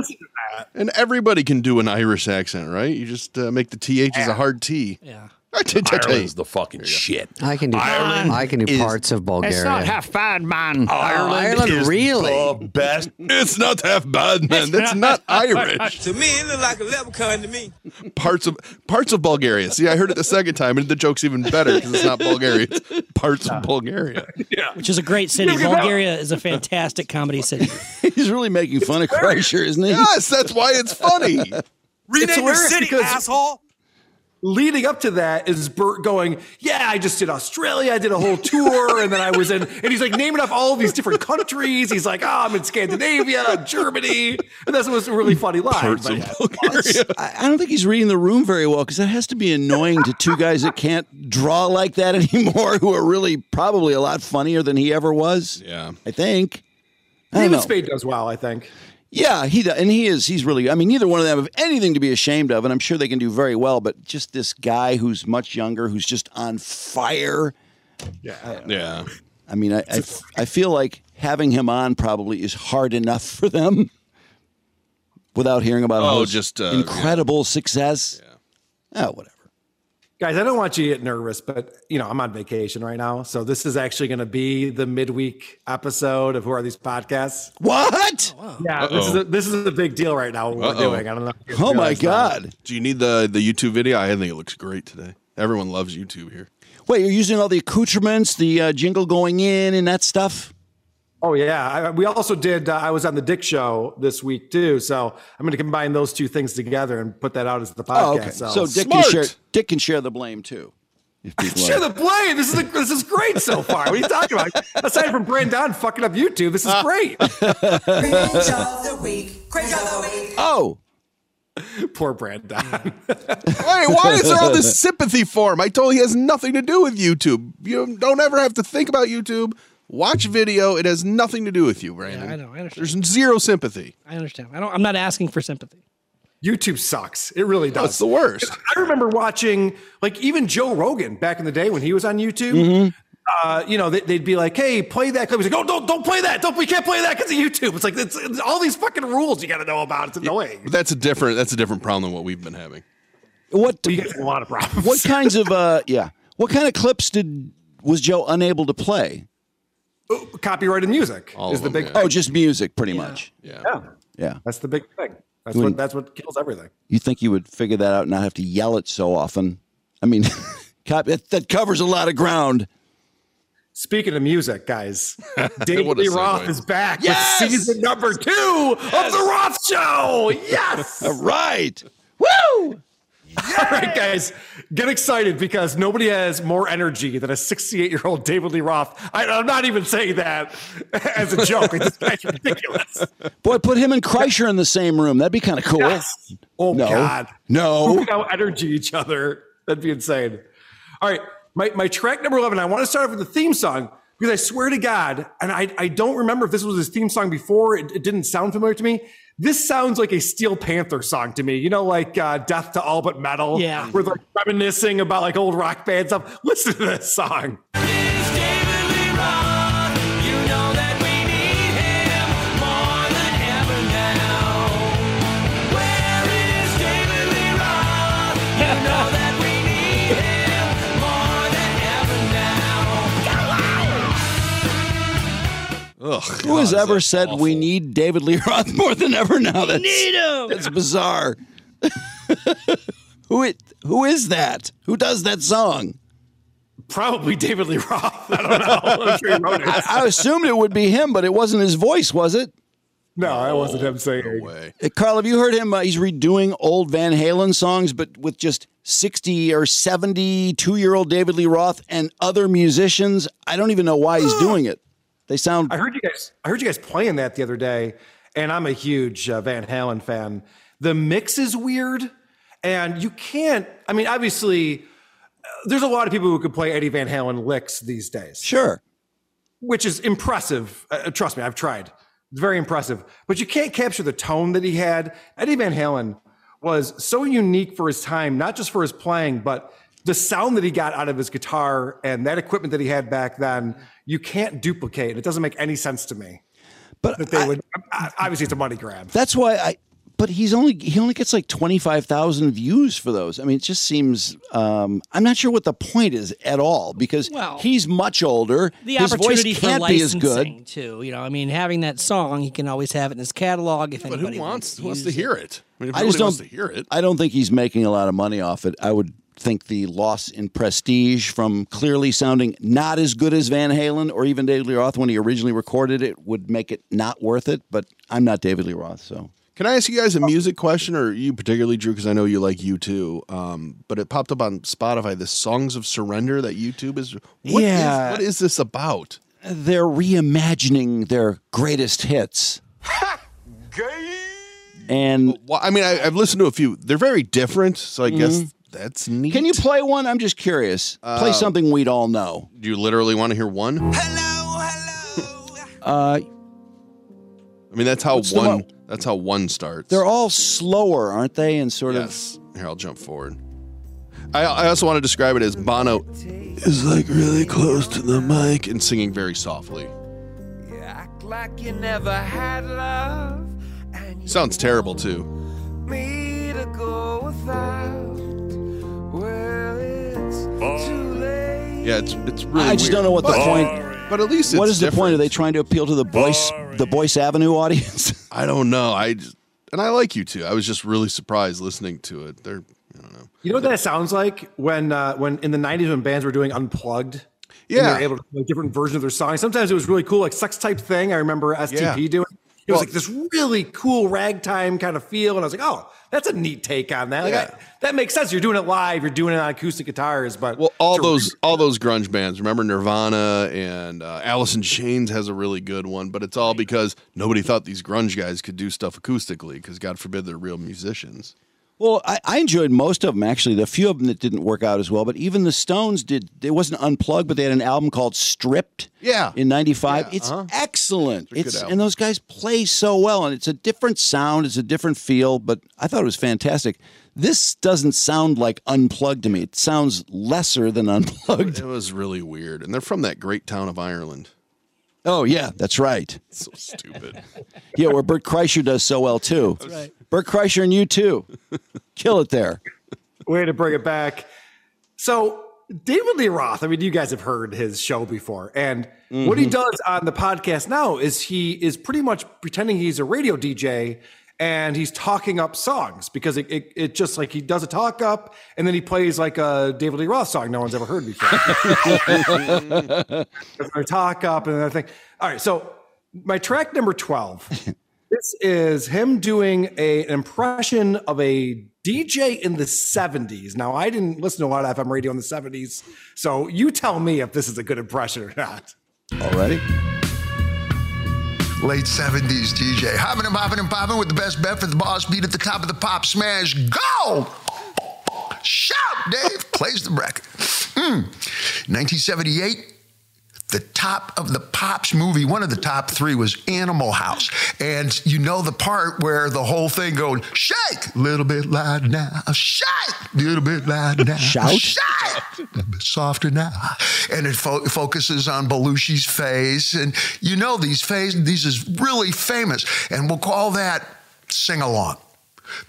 J: And everybody can do an Irish accent, right? You just uh, make the th is a hard t. Yeah,
G: Ireland's the fucking shit.
B: I can do.
G: Ireland
B: I can do
G: is- Oh,
B: parts of Bulgaria. Oh,
C: half bad, man.
B: Ireland is
G: the
B: [laughs]
G: best.
J: It's not half bad, man. That's not Irish.
M: to me, it looked like a leprechaun to me.
J: Parts of parts of Bulgaria. See, I heard it the second time, and the joke's even better because it's not Bulgaria. It's parts of Bulgaria.
L: Which is a great city.
J: Yeah, because-
L: Bulgaria is a fantastic comedy city.
I: [laughs] He's really making fun of [laughs] Kreischer, isn't he?
J: Yes, that's why it's
A: [laughs]
J: funny.
A: Rename your city, asshole. Leading up to that is Bert going, Yeah, I just did Australia. I did a whole tour. And then I was in, and he's like naming off all these different countries. He's like, Oh, I'm in Scandinavia, Germany. And that's what's a really funny line. but yeah.
I: I, I don't think he's reading the room very well because that has to be annoying to two guys that can't draw like that [laughs] anymore, who are really probably a lot funnier than he ever was.
J: Yeah,
I: I think. I don't
A: David
I: know.
A: Spade does well, I think.
I: Yeah, he do- and he is. He's really. I mean, neither one of them have anything to be ashamed of, and I'm sure they can do very well. But just this guy who's much younger, who's just on fire.
A: Yeah.
J: Yeah.
I: I mean, I, I, I feel like having him on probably is hard enough for them without hearing about
J: Oh,
I: all
J: just, uh,
I: incredible success. Oh, whatever.
A: Guys, I don't want you to get nervous, but you know, I'm on vacation right now. So this is actually going to be the midweek episode of Who Are These Podcasts?
I: What?
A: Yeah, this is, a, this is a big deal right now, what
J: Uh-oh.
A: we're doing. I don't know. if you guys
J: Oh my
A: realize that.
J: god! Do you need the the YouTube video? I think it looks great today. Everyone loves YouTube here.
I: Wait, you're using all the accoutrements, the uh, jingle going in, and that stuff.
A: Oh yeah, I, we also did. Uh, I was on the Dick Show this week too, so I'm going to combine those two things together and put that out as the podcast.
I: Oh, okay. So Dick can share Dick can share the blame too. If people
A: Share
I: are-
A: the blame. This is a, this is great so far. What are you talking about? Aside from Brandon fucking up YouTube, this is
J: Ah.
A: great.
J: [laughs]
I: oh,
A: poor Brandon.
J: Wait, why is there all this sympathy for him? I told he has nothing to do with YouTube. You don't ever have to think about YouTube. Watch video. It has nothing to do with you, Brandon.
L: I know. I understand.
J: There's zero sympathy.
L: I understand. I don't. I'm not asking for sympathy.
A: YouTube sucks. It really does.
J: it's the worst.
A: I remember watching like even Joe Rogan back in the day when he was on YouTube.
J: Mm-hmm.
A: Uh, you know, they, they'd be like, "Hey, play that clip." He's like, "Oh, don't don't play that. Don't we can't play that because of YouTube." It's like it's, it's all these fucking rules you got to know about. It's annoying.
J: But that's a different. That's a different problem than what we've been having.
I: What
A: you get a lot of [laughs] problems.
I: what kinds of uh yeah? What kind of clips did was Joe unable to play?
A: Copyrighted music
J: All
A: is
J: of
A: the
J: them,
A: big
I: Oh, just music, pretty much.
J: Yeah.
I: Yeah.
A: that's the big thing. That's
I: Doing-
A: what that's what kills everything.
I: You think you would figure that out and not have to yell it so often? I mean, [laughs] cop- that, that covers a lot of ground.
A: Speaking of
I: [laughs]
A: music, guys, David
I: What a
A: Lee Roth
I: segue.
A: is back
I: Yes!
A: with season number two of the Roth Show.
I: [laughs]
A: Yes,
I: All right. Woo!
A: All right, guys, get excited because nobody has more energy than a 68 year old David Lee Roth. I, I'm not even saying that [laughs] as a joke. This guy's ridiculous.
I: Boy, put him and Kreischer in the same room. That'd be kind of cool.
A: Yes. Oh,
I: no.
A: God. [laughs]
I: No.
A: Pooping out energy each other. That'd be insane. All right. My, my track number 11, I want to start off with the theme song because I swear to God, and I, I don't remember if this was his theme song before, it, it didn't sound familiar to me. This sounds like a Steel Panther song to me, you know, like uh, Death to All But Metal.
L: Yeah.
A: We're like reminiscing about like old rock bands. stuff. Listen to this song. [laughs]
J: Ugh.
I: Who has ever said we need David Lee Roth [laughs] more than ever now? That's,
L: need him.
I: That's bizarre. [laughs] who it? Who is that? Who does that song?
A: Probably David Lee Roth. I don't know. [laughs] I'm sure he wrote it.
I: I, I assumed it would be him, but it wasn't his voice, was it?
A: No, that wasn't him saying.
J: way.
I: Uh, Carl, have you heard him? Uh, he's redoing old Van Halen songs, but with just 60 or 72 year old David Lee Roth and other musicians. I don't even know why
A: [sighs]
I: he's doing it. They sound.
A: I heard you guys. I heard you guys playing that the other day, and I'm a huge uh, Van Halen fan. The mix is weird, and you can't. I mean, obviously, uh, there's a lot of people who could play Eddie Van Halen licks these days,
I: Sure.
A: which is impressive. Uh, trust me, I've tried. It's very impressive, but you can't capture the tone that he had. Eddie Van Halen was so unique for his time, not just for his playing, but the sound that he got out of his guitar and that equipment that he had back then, you can't duplicate. It doesn't make any sense to me
I: But
A: that they would. I- Obviously, it's a money grab.
I: That's why I. But he's only he only gets like twenty five thousand views for those. I mean, it just seems. Um, I'm not sure what the point is at all because
L: Well-
I: he's much older.
L: The
I: His voice
L: opportunity for
I: can't be as
L: licensing
I: good.
L: too. You know, I mean, having that song, he can always have it in his catalog if
J: But
L: anybody
J: who wants
L: to
J: who wants to
L: use
J: hear it? I mean, if
I: I
J: nobody
I: just
J: wants to
I: don't-
J: hear it,
I: I don't think he's making a lot of money off it. I would think the loss in prestige from clearly sounding not as good as Van Halen or even David Lee Roth when he originally recorded it would make it not worth it. But I'm not David Lee Roth, so
J: Can I ask you guys a music question, or you particularly, Drew? Because I know you like you too. Um, but it popped up on Spotify. The songs of surrender that YouTube is. What is-
I: Yeah.
J: what is this about?
I: they're reimagining their greatest hits. And
J: Well, I mean, I, I've listened to a few. They're very different, so I guess that's neat.
I: Mm-hmm.
J: Uh,
I: can you play one? I'm just curious. play something we'd all know.
J: Do you literally want to hear one? Hello, hello.
I: Uh,
J: I mean, that's how
I: What's the
J: one.
I: mo-
J: That's how one starts.
I: They're all slower, aren't they? And sort
J: yes. Here, I'll jump forward. I, I also want to describe it as Bono is like really close to the mic and singing very softly.
M: Yeah, I
N: like you never had love
J: Sounds terrible too.
N: me to go without. Well, it's too late.
J: Yeah, it's it's really.
I: I just
J: weird.
I: don't know what the
J: But-
I: point.
J: But at least it's
I: what is the
J: different.
I: point? Are they trying to appeal to the Boyce the Boyce Avenue audience? [laughs]
J: I don't know. I just, and I like you too. I was just really surprised listening to it. They're
A: You know what that sounds like when uh, when in the '90s when bands were doing unplugged. and
J: Yeah.
A: they were able to play different versions of their songs. Sometimes it was really cool, like Sex Type Thing. I remember STP
J: Yeah.
A: doing. It
J: Well-
A: was like this really cool ragtime kind of feel, and I was like, "Oh, that's a neat take on that. Like,
J: Yeah.
A: I- that makes sense. You're doing it live. You're doing it on acoustic guitars." But
J: well, all those all those grunge bands. Remember Nirvana and uh, Alice in Chains has a really good one, but it's all because nobody thought these grunge guys could do stuff acoustically because God forbid they're real
I: [laughs]
J: musicians.
I: Well, I, I enjoyed most of them actually. The few of them that didn't work out as well, but even the Stones did. It wasn't unplugged, but they had an album called Stripped.
J: Yeah.
I: in '95, it's
J: uh-huh.
I: excellent.
J: It's a good
I: It's,
J: album.
I: and those guys play so well, and it's a different sound, it's a different feel. But I thought it was fantastic. This doesn't sound like unplugged to me. It sounds lesser than unplugged. [laughs]
J: It was really weird, and they're from that great town of Ireland.
I: Oh yeah, that's right. [laughs]
J: So stupid.
I: Yeah, where Bert Kreischer does so well too. That's right. Bert Kreischer and you too. Kill it there.
A: Way to bring it back. So David Lee Roth, I mean, you guys have heard his show before, and what he
O: Mhm.
A: does on the podcast now is he is pretty much pretending he's a radio DJ and he's talking up songs because it, it, it just like he does a talk up and then he plays like a David Lee Roth song no one's ever heard before. Or talk up and everything. All right, so my track number 12 this is him doing a, an impression of a DJ in the 70s. Now, I didn't listen to a lot of FM radio in the 70s, so you tell me if this is a good impression or not.
I: Already?
P: Late 70s DJ. Hopping and popping and popping with the best bet for the boss beat at the top of the pop smash. Go! Shout, Dave! Plays the bracket. Mm. 1978, the top of the pops movie, one of the top three was Animal House. And you know the part where the whole thing going, shake, little bit loud now, shake, little bit loud now,
I: Shout?
P: shake, a bit softer now. And it fo- focuses on Belushi's face. And you know these phase, these is really famous. And we'll call that sing along.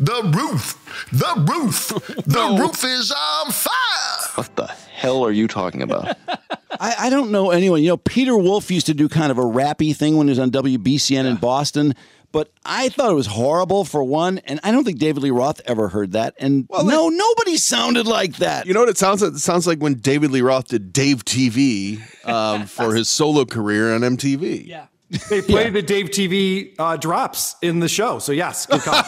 P: The roof, the roof, the roof is on fire.
Q: What the hell are you talking about?
I: I, I don't know anyone. You know, Peter Wolf used to do kind of a rappy thing when he was on WBCN in Boston, but I thought it was horrible for one, and I don't think David Lee Roth ever heard that. And no, nobody sounded like that.
J: You know what it sounds like? It sounds like when David Lee Roth did Dave TV um,
I: [laughs]
J: for his solo career on MTV. Yeah.
A: They played the Dave TV uh, drops in the show, so yes, good call.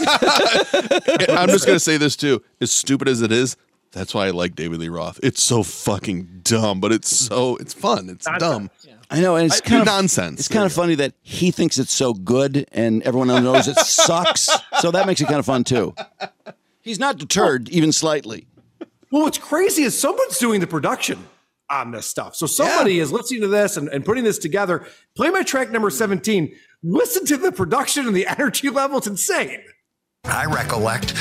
J: I'm just going to say this too. As stupid as it is, that's why I like David Lee Roth. It's so fucking dumb, but it's so, it's fun. It's dumb.
I: I know, and it's
J: I-
I: kind of
J: nonsense.
I: It's kind of funny that he thinks it's so good, and everyone else knows it sucks. So that makes it kind of fun too. [laughs] He's not deterred even slightly.
A: Well, what's crazy is someone's doing the production on this stuff. So somebody is listening to this and, and putting this together. Play my track number 17. Listen to the production and the [laughs] energy level. It's insane.
P: I recollect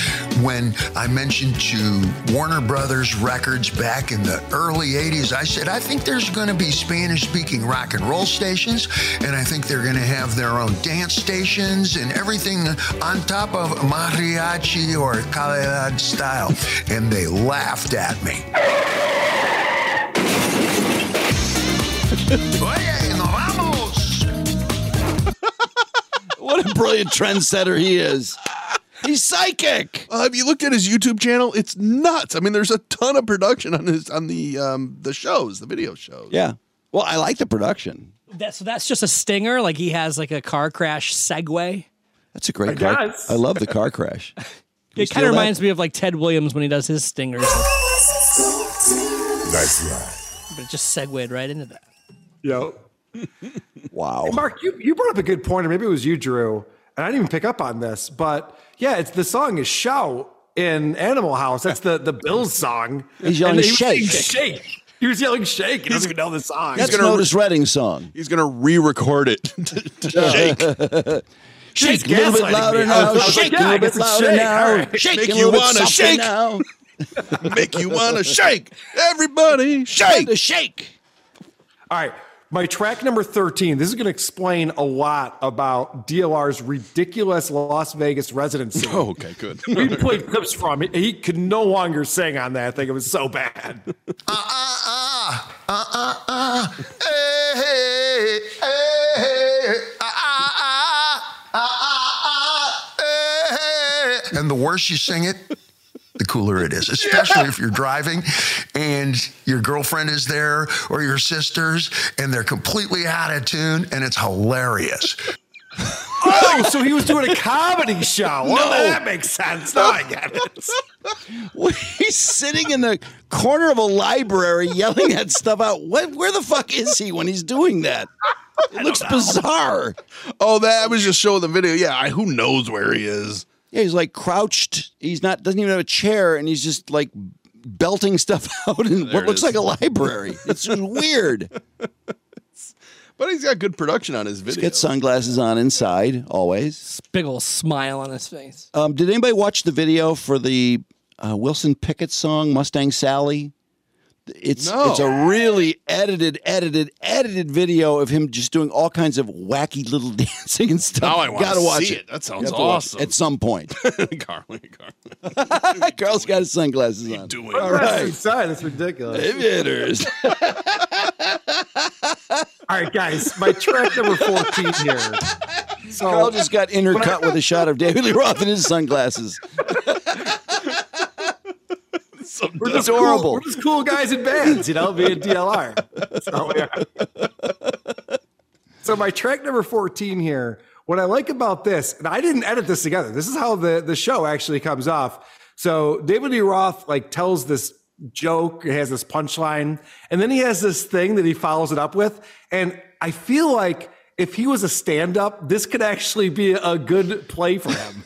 P: when I mentioned to Warner Brothers Records back in the early 80s, I said, I think there's going to be Spanish speaking rock and roll stations, and I think they're going to have their own dance stations and everything on top of mariachi or calidad style. And they laughed at me. Oye, nos vamos.
I: [laughs] What a brilliant trendsetter he is. He's psychic.
J: Uh, have you looked at his YouTube channel? It's nuts. I mean, there's a ton of production on his on the um, the shows, the video shows.
I: Yeah. Well, I like the production.
L: That, so that's just a stinger. Like he has like a car crash segue.
I: That's a great.
L: I
I: car-
L: guess.
I: I love the car crash. we
L: It
I: steal
L: kind
I: that?
L: of reminds me of like Ted Williams when he does his stingers.
E: Nice ride.
L: But it just segued right into that.
A: Yo.
I: wow.
A: Mark, you, you brought up a good point, or maybe it was you, Drew, and I didn't even pick up on this, but yeah, it's the song is Shout in Animal House. That's the, the Bills song.
I: He's yelling
A: And he was saying
I: shake.
A: shake. He was yelling shake. He doesn't even know the song.
I: That's Notice Redding song.
J: He's gonna re-record
I: [laughs]
J: it [laughs] to, to [laughs] shake.
I: Shake a
J: He's
I: little
J: gaslighting
I: bit louder
J: me. I
I: now.
J: was- I was
I: Shake
J: like,
I: a
J: yeah, I
I: little
J: guess
I: bit
J: it's
I: louder
J: shake. All
I: now.
J: right.
I: Shake
J: Make
I: a
J: you
I: little bit
J: wanna
I: softer
J: shake. [laughs]
I: now.
J: Make you wanna shake. Everybody shake.
I: shake.
A: All right. My track number 13. This is going to explain a lot about DLR's ridiculous Las Vegas residency.
I: [laughs]
J: Oh, okay,
A: [laughs]
J: good.
A: we played clips from it. He could no longer sing on that thing. It was
I: [laughs]
A: so bad.
P: Uh, uh, uh. Hey, hey, hey, hey. Ah, ah, ah. Ah, ah, ah. Hey, hey. [laughs] And the worse you sing it, the cooler it is, especially if you're driving and your girlfriend is there or your sisters and they're completely out of tune and it's hilarious.
A: oh, so he was doing a comedy show.
P: No.
A: Oh, Well, that makes sense. Now I
I: [laughs]
A: get it.
I: He's sitting in the corner of a library yelling that stuff out. What, where the fuck is he when he's doing
J: [laughs]
I: that? It looks bizarre.
J: Oh, that I was just showing the video. Yeah, I, who
I: [laughs]
J: knows where he is?
I: Yeah, he's like crouched. He's not doesn't even have a chair, and he's just like belting stuff [laughs] out in
J: There
I: what
J: it
I: looks
J: is.
I: like a library. It's
J: [laughs]
I: just weird.
J: But he's got good production on his
I: He's
J: video.
I: got sunglasses on inside always.
L: Big old smile on his face.
I: Um, did anybody watch the video for the uh, Wilson Pickett song "Mustang Sally"? It's
J: No.
I: it's a really edited, edited, edited video of him just doing all kinds of wacky little [laughs] dancing and stuff.
J: Now I
I: You
J: wanna
I: gotta watch
J: see it.
I: it.
J: That
I: You
J: sounds
I: have to watch it
J: awesome.
I: At
J: [laughs]
I: some point,
J: Carly, Carly.
I: [laughs] Carl's got his sunglasses on. All right,
A: Inside, it's ridiculous.
I: Hitters.
A: All right, guys, my track number 14 here.
I: [laughs]
A: So,
I: Carl just got intercut with a shot of David Lee Roth in his sunglasses.
A: [laughs] we're just
I: adorable.
A: Cool, we're just cool guys in bands, you know, being DLR. That's how we are. So my track number 14 here, what I like about this, and I didn't edit this together. This is how the, the show actually comes off. So David E. Roth like tells this joke, he has this punchline, and then he has this thing that he follows it up with. And I feel like if he was a stand-up, this could actually be a good play for him.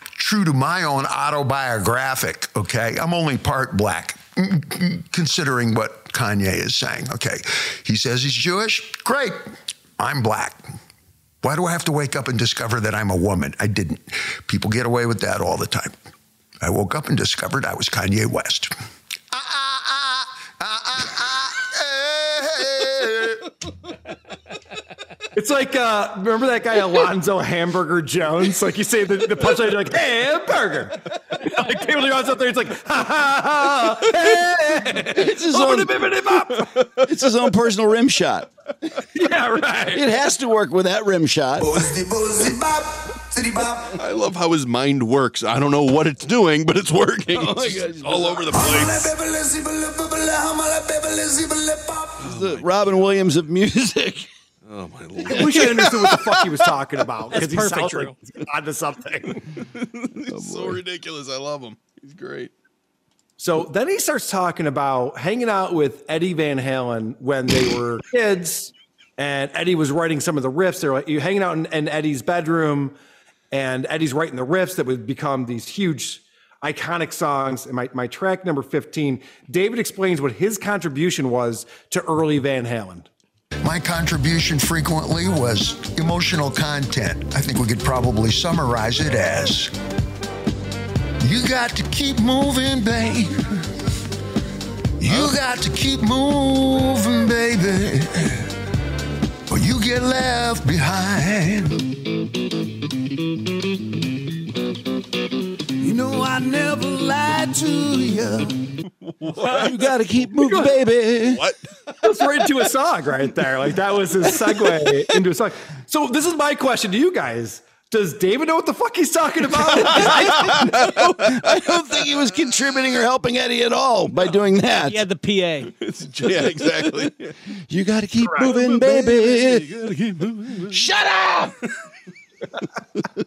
P: true to my own autobiographic, okay? I'm only part black, considering what Kanye is saying, okay? He says he's Jewish. Great. I'm black. Why do I have to wake up and discover that I'm a woman? I didn't. People get away with that all the time. I woke up and discovered I was Kanye West.
A: It's like uh, remember that guy Alonzo Hamburger Jones? Like you say the, the punchline, you're like hamburger. [laughs] like David Lee Roth's up there, it's like ha ha ha. Hey,
I: It's his own-
A: open a bibbidi bop.
I: It's his own personal rim shot.
A: [laughs] Yeah, right.
I: It has to work with that rim shot.
J: I love how his mind works. I don't know what it's doing, but it's working.
I: [laughs] Oh my God,
J: It's all over the place.
I: The Robin Williams of [laughs] music.
J: Oh my
A: I wish I understood what the fuck he was talking about
L: That's
A: because he
L: perfect,
A: sounds
L: Drew.
A: like he's onto something.
J: [laughs]
A: Oh,
J: He's so ridiculous. I love him. He's great.
A: So then he starts talking about hanging out with Eddie Van Halen when they were kids, and Eddie was writing some of the riffs. They're like you hanging out in, in Eddie's bedroom, and Eddie's writing the riffs that would become these huge iconic songs. And my, my track number 15, David explains what his contribution was to early Van Halen.
P: My contribution frequently was emotional content. I think we could probably summarize it as You got to keep moving, babe. You got to keep moving, baby. Or you get left behind.
N: You know I never lied to you.
I: You gotta
J: [laughs]
I: keep moving, baby.
J: What?
A: That's right into a song right there. Like that was his segue into a song. So this is my question to you guys. Does David know what the fuck he's talking
I: [laughs]
A: about?
I: I don't think he was contributing or helping Eddie at all by doing that.
L: He had the PA.
J: Yeah,
I: [laughs]
J: exactly.
I: You gotta keep moving, baby. Shut up!
A: [laughs]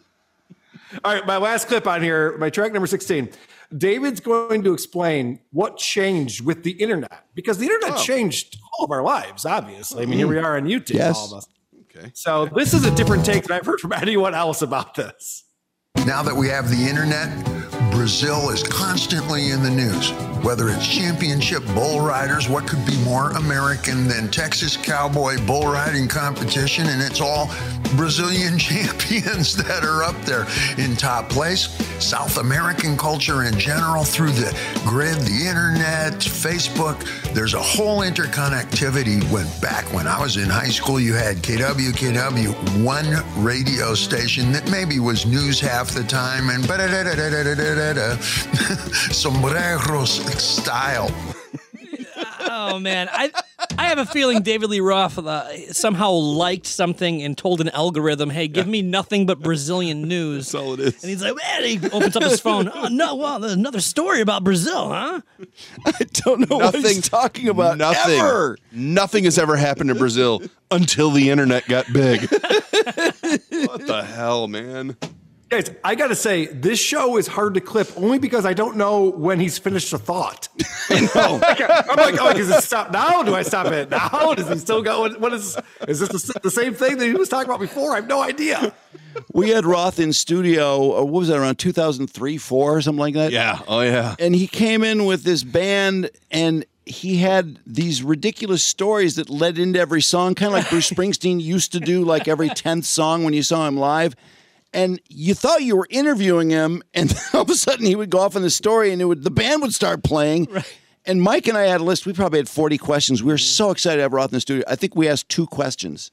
A: All right, my last clip on here, my track number 16. David's going to explain what changed with the internet because the
I: Oh.
A: internet changed all of our lives, obviously. I mean,
I: Mm.
A: here we are on YouTube,
P: Yes.
A: all of us. Okay. So this is a different take than I've heard from anyone else about this.
P: Now that we have the internet, Brazil is constantly in the news. Whether it's championship bull riders, what could be more American than Texas Cowboy Bull Riding Competition? And it's all Brazilian [laughs] champions that are up there in top place. South American culture in general through the grid, the internet, Facebook. There's a whole interconnectivity when back when I was in high school, you had KW, KW, one radio station that maybe was news half the time and ba-da-da-da-da-da-da-da-da, [laughs] sombreros style.
L: oh man, I I have a feeling David Lee Roth uh, somehow liked something and told an algorithm, "Hey, give me nothing but Brazilian news." That's all it is. And he's like, man, he opens up his phone. Oh no, wow, there's another story about Brazil, huh?
I: I don't know
J: nothing,
I: talking about.
J: Nothing.
I: ever.
J: Nothing has ever happened in Brazil until the internet got big. what the hell, man?
A: Guys, I gotta say, this show is hard to clip only because I don't know when he's finished a thought. [laughs] Like, I'm like, oh, does it stop now? Do I stop it now? Does he still go? What, what is? Is this the, s- the same thing that he was talking about before? I have no idea.
I: We had Roth in studio. uh, What was that around 2003, four, or something like
J: [laughs]
I: that?
J: Yeah. Oh yeah.
I: And he came in with this band, and he had these ridiculous stories that led into every song, kind of
J: [laughs]
I: like Bruce Springsteen used to do, like every tenth song when you saw him live. And you thought you were interviewing him, and [laughs] all of a sudden he would go off on the story, and it would the band would start playing. And Mike and I had a list. We probably had 40 questions.
J: Mm-hmm.
I: We were so excited to have Roth in the studio. I think we asked two questions.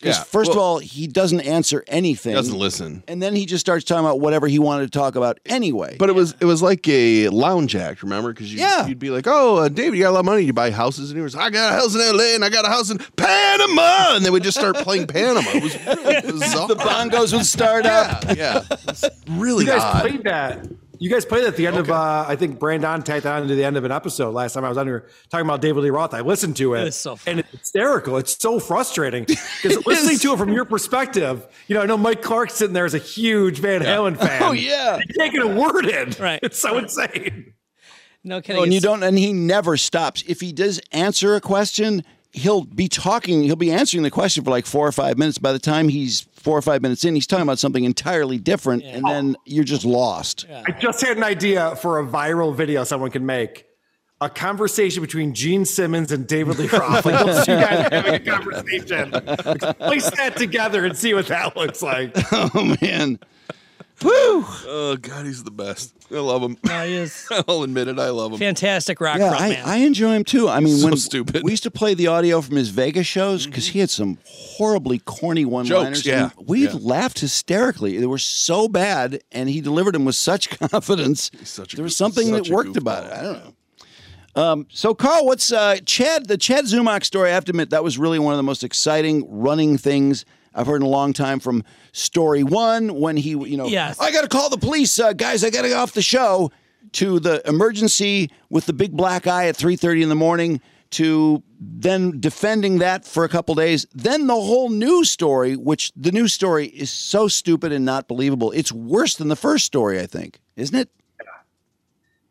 I: 'Cause
J: Yeah,
I: first of all, he doesn't answer anything.
J: Doesn't listen.
I: And then he just starts talking about whatever he wanted to talk about anyway.
J: But it was it was like a lounge act, remember? Because you,
I: Yeah.
J: you'd be like, "Oh, uh, David, you got a lot of money. You buy houses." [laughs] And he was, "I got a house in L.A. and I got a house in Panama." And they would just start
A: [laughs]
J: playing Panama. It was
I: [laughs]
J: really bizarre. the
I: bongos would start
J: up.
I: [laughs]
J: Yeah, It's really
A: you guys
J: odd.
A: played that. You guys played that at the end of uh, I think Brandon tagged that on to the end of an episode last time I was on here talking about David Lee Roth. I listened to it,
L: It is so
A: and it's hysterical. It's
I: [laughs]
A: so frustrating because listening to it from your perspective, you know, I know Mike Clark's sitting there as a huge Van Halen
I: [laughs]
A: fan.
I: Oh, yeah.
A: you can't get a word in.
L: Right.
A: it's so insane.
L: No kidding.
I: Oh, and you
L: It's-
I: don't, and he never stops. If he does answer a question, he'll be talking, he'll be answering the question for like four or five minutes. By the time he's four or five minutes in, he's talking about something entirely different, and then you're just [laughs] lost.
A: I just had an idea for a viral video someone can make. A conversation between Gene Simmons and David Lee Roth. Like, those two
L: [laughs]
A: guys having a conversation.
I: [laughs]
A: Place that together and see what that
J: [laughs]
A: looks like.
I: Oh man. Woo!
J: Oh God, he's the best. I love him.
L: he is.
J: [laughs] I'll admit it. I love him.
L: Fantastic rock
I: yeah,
L: front
I: I,
L: man.
I: I enjoy him too. I mean,
J: So
I: when
J: stupid. Mm-hmm.
I: we used to play the audio from his Vegas shows because he had some horribly corny one-liners.
J: Jokes, yeah.
I: and we
J: Yeah.
I: laughed hysterically. They were so bad, and he delivered them with such [laughs] confidence. there was something
J: such
I: that
J: a
I: worked about it. I don't know. Um, so, Carl, what's uh, Chad? The Chad Zumach story. I have to admit that was really one of the most exciting running things. I've heard in a long time from story one when he, you know,
L: Yes.
I: I got to call the police, uh, guys. I got to get off the show. To the emergency with the big black eye at three thirty in the morning. To then defending that for a couple days. Then the whole news story, which the news story is so stupid and not believable. It's worse than the first story, I think, isn't it?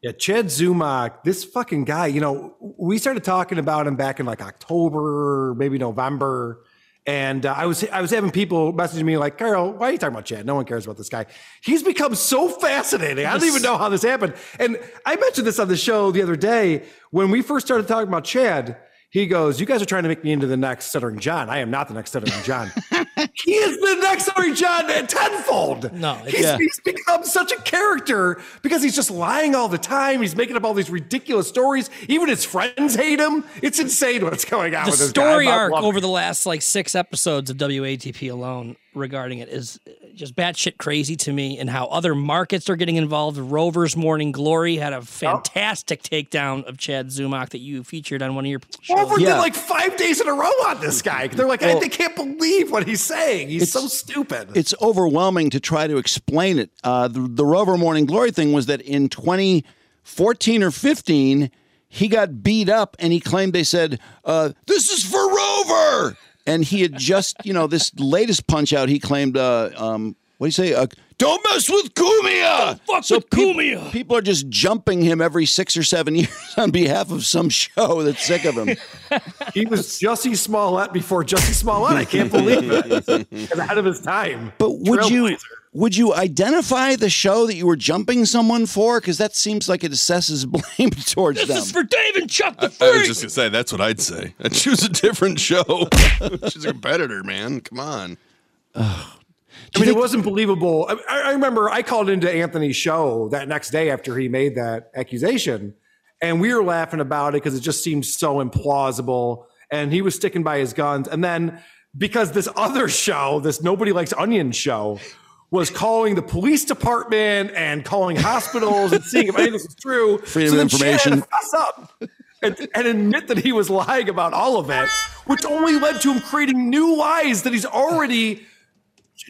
A: Yeah, Chad Zumach, this fucking guy, you know, we started talking about him back in like October, maybe November. And uh, I was I was having people messaging me like, Carol, why are you talking about Chad? No one cares about this guy. He's become so fascinating. I don't even know how this happened. And I mentioned this on the show the other day when we first started talking about Chad. He goes, "You guys are trying to make me into the next Stuttering John. I am not the next Stuttering John. he is the next Stuttering John tenfold.
L: No,
A: He's, he's become such a character because he's just lying all the time. He's making up all these ridiculous stories. Even his friends hate him. It's insane what's going on
L: the
A: with this
L: story
A: guy. I'm- I'm
L: arc
A: loving
L: over the last like six episodes of WATP alone regarding it is just batshit crazy to me, and how other markets are getting involved. Rovers Morning Glory had
A: Oh.
L: a fantastic takedown of Chad Zumach that you featured on one of your
A: it.
L: shows.
A: Over did like five days in a row on this guy. They're like, I,
I: Well-
A: they can't believe what he's saying. He's so
L: [laughs]
A: stupid.
I: It's overwhelming to try to explain it. Uh, the, the Rover Morning Glory thing was that in 2014 or 15, he got beat up and he claimed they said, uh, This is for Rover. And he had just, you know, this latest punch out, he claimed, uh, um, what do you say? Uh, don't mess with Kumia.
L: fuck
I: with Kumia. People are just jumping him every six or seven [laughs] years on behalf of some show that's sick of [laughs] him.
A: he was Jussie Smollett before Jussie Smollett. I can't believe it. He's ahead of his time.
I: But would you Would you identify the show that you were jumping someone for? Because that seems like it assesses [laughs] blame towards them.
L: for Dave and Chuck the
J: I was just gonna say that's what I'd say. I'd choose a different show. [laughs] She's a competitor, man. Come on.
A: I mean, it wasn't believable. I- I, I remember I called into Anthony's show that next day after he made that accusation, and we were laughing about it because it just seemed so implausible. And he was sticking by his guns. And then because this other show, this Nobody Likes Onion show, was calling the police department and calling hospitals and seeing if any of this was true.
I: Freedom of
A: then Shannon had to
I: information.
A: fess up and, and admit that he was lying about all of it, which only led to him creating new lies that he's already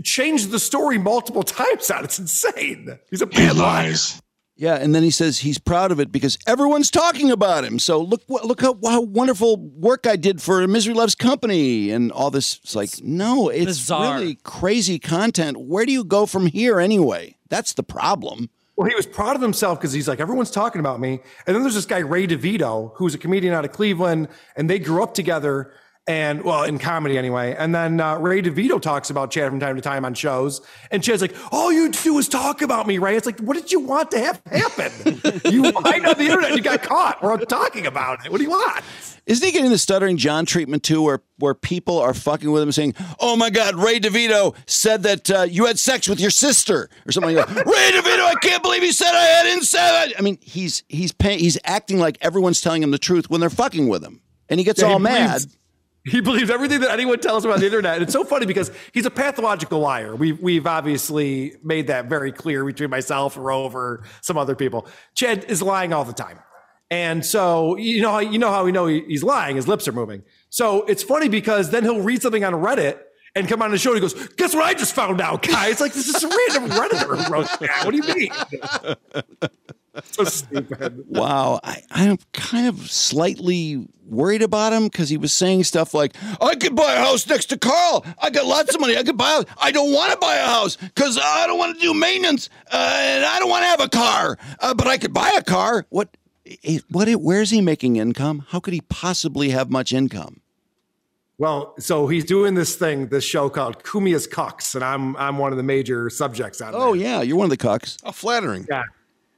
A: changed the story multiple times on. It's insane. He's a bad lies.
I: Yeah, and then he says he's proud of it because everyone's talking about him. So look, wh- look how, how wonderful work I did for Misery Loves Company and all this. It's like, no, it's
L: bizarre.
I: really crazy content. Where do you go from here anyway? That's the problem.
A: Well, he was proud of himself because he's like, everyone's talking about me. And then there's this guy, Ray DeVito, who's a comedian out of Cleveland, and they grew up together and, well, in comedy anyway. And then uh, Ray DeVito talks about Chad from time to time on shows. And Chad's like, all you do is talk about me, Ray. It's like, what did you want to have happen? [laughs] you lied on the internet. You got caught. We're all talking about it. What do you want?
I: Isn't he getting the stuttering John treatment too, where where people are fucking with him, saying, "Oh my God, Ray DeVito said that uh, you had sex with your sister," or something like that. [laughs] Ray DeVito, I can't believe he said I had inside. I mean, he's he's paying, he's acting like everyone's telling him the truth when they're fucking with him, and he gets
A: Yeah, he
I: all mad.
A: believes- he believes everything that anyone tells him on the internet. And it's so funny because he's a pathological liar. We, we've obviously made that very clear between myself, Rover, some other people. Chad is lying all the time. And so, you know, how- you know how we know he- he's lying. His lips are moving. So it's funny because then he'll read something on Reddit and come on the show and he goes, guess what I just found out, guys? Like, this is a random [laughs] Redditor who wrote that. What do you mean? [laughs] so stupid.
I: Wow, I, I'm kind of slightly worried about him because he was saying stuff like, "I could buy a house next to Carl. I got lots of money. I could buy. A house. I don't want to buy a house because I don't want to do maintenance, uh, and I don't want to have a car. Uh, but I could buy a car. What? It, what? It, where's he making income? How could he possibly have much income?
A: Well, so he's doing this thing, this show called Kumia's Cucks, and I'm I'm one of the major subjects on
I: Oh yeah, you're one of the cucks. Oh, flattering.
A: Yeah.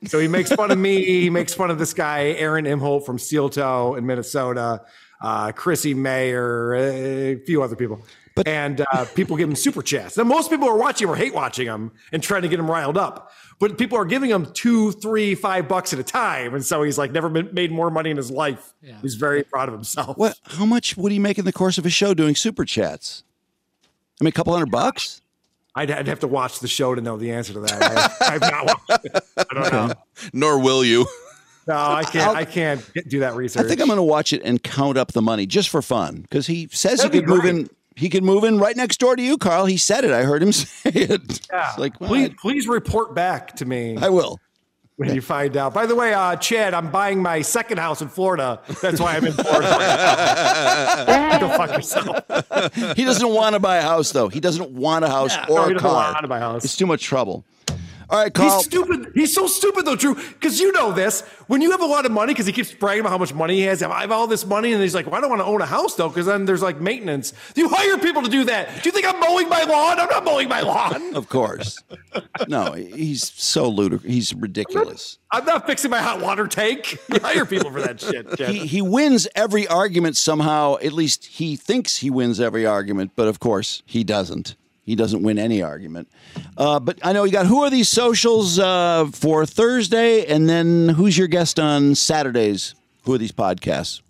A: So he makes fun of me. He makes fun of this guy, Aaron Imholt from Steel Toe in Minnesota, uh, Chrissy Mayer, a few other people. and uh, people give him super chats. Now, most people are watching him or hate watching him and trying to get him riled up. But people are giving him two, three, five bucks at a time. And so he's like never been, made more money in his life. He's very proud of himself.
I: What? How much would he make in the course of a show doing super chats? I mean, a couple hundred bucks.
A: I'd, I'd have to watch the show to know the answer to that.
I: [laughs]
A: I, [laughs] I've not watched it. I don't know.
J: Nor will you.
A: No, I can't. I can't get- do that research.
I: I think I'm going to watch it and count up the money just for fun because he says
A: That'd
I: he
A: be
I: could move
A: great.
I: in. He could move in right next door to you, Carl. He said it. I heard him [laughs] say it.
A: Yeah.
I: It's like, well,
A: please, please report back to me.
I: I will.
A: when you find out. By the way, uh, Chad, I'm buying my second house in Florida. That's why I'm in Florida. right now. Go fuck yourself. [laughs]
I: he doesn't want to buy a house, though. He doesn't want a house
A: No,
I: or
A: he
I: a
A: doesn't
I: car.
A: want to buy a house.
I: It's too much trouble. All right, Carl.
A: He's stupid. He's so stupid though, Drew. Because you know this. When you have a lot of money, because he keeps bragging about how much money he has. I have all this money, and he's like, "Well, I don't want to own a house though, because then there's like maintenance. You hire people to do that. Do you think I'm mowing my lawn? I'm not mowing my lawn.
I: Of course. no, he's so ludicrous. He's ridiculous.
A: I'm not fixing my hot water tank. You [laughs] hire people for that shit. Chad.
I: He, he wins every argument somehow. At least he thinks he wins every argument, but of course he doesn't. He doesn't win any argument. Uh, but I know you got who are these socials uh, for Thursday, and then who's your guest on Saturdays? Who are these podcasts?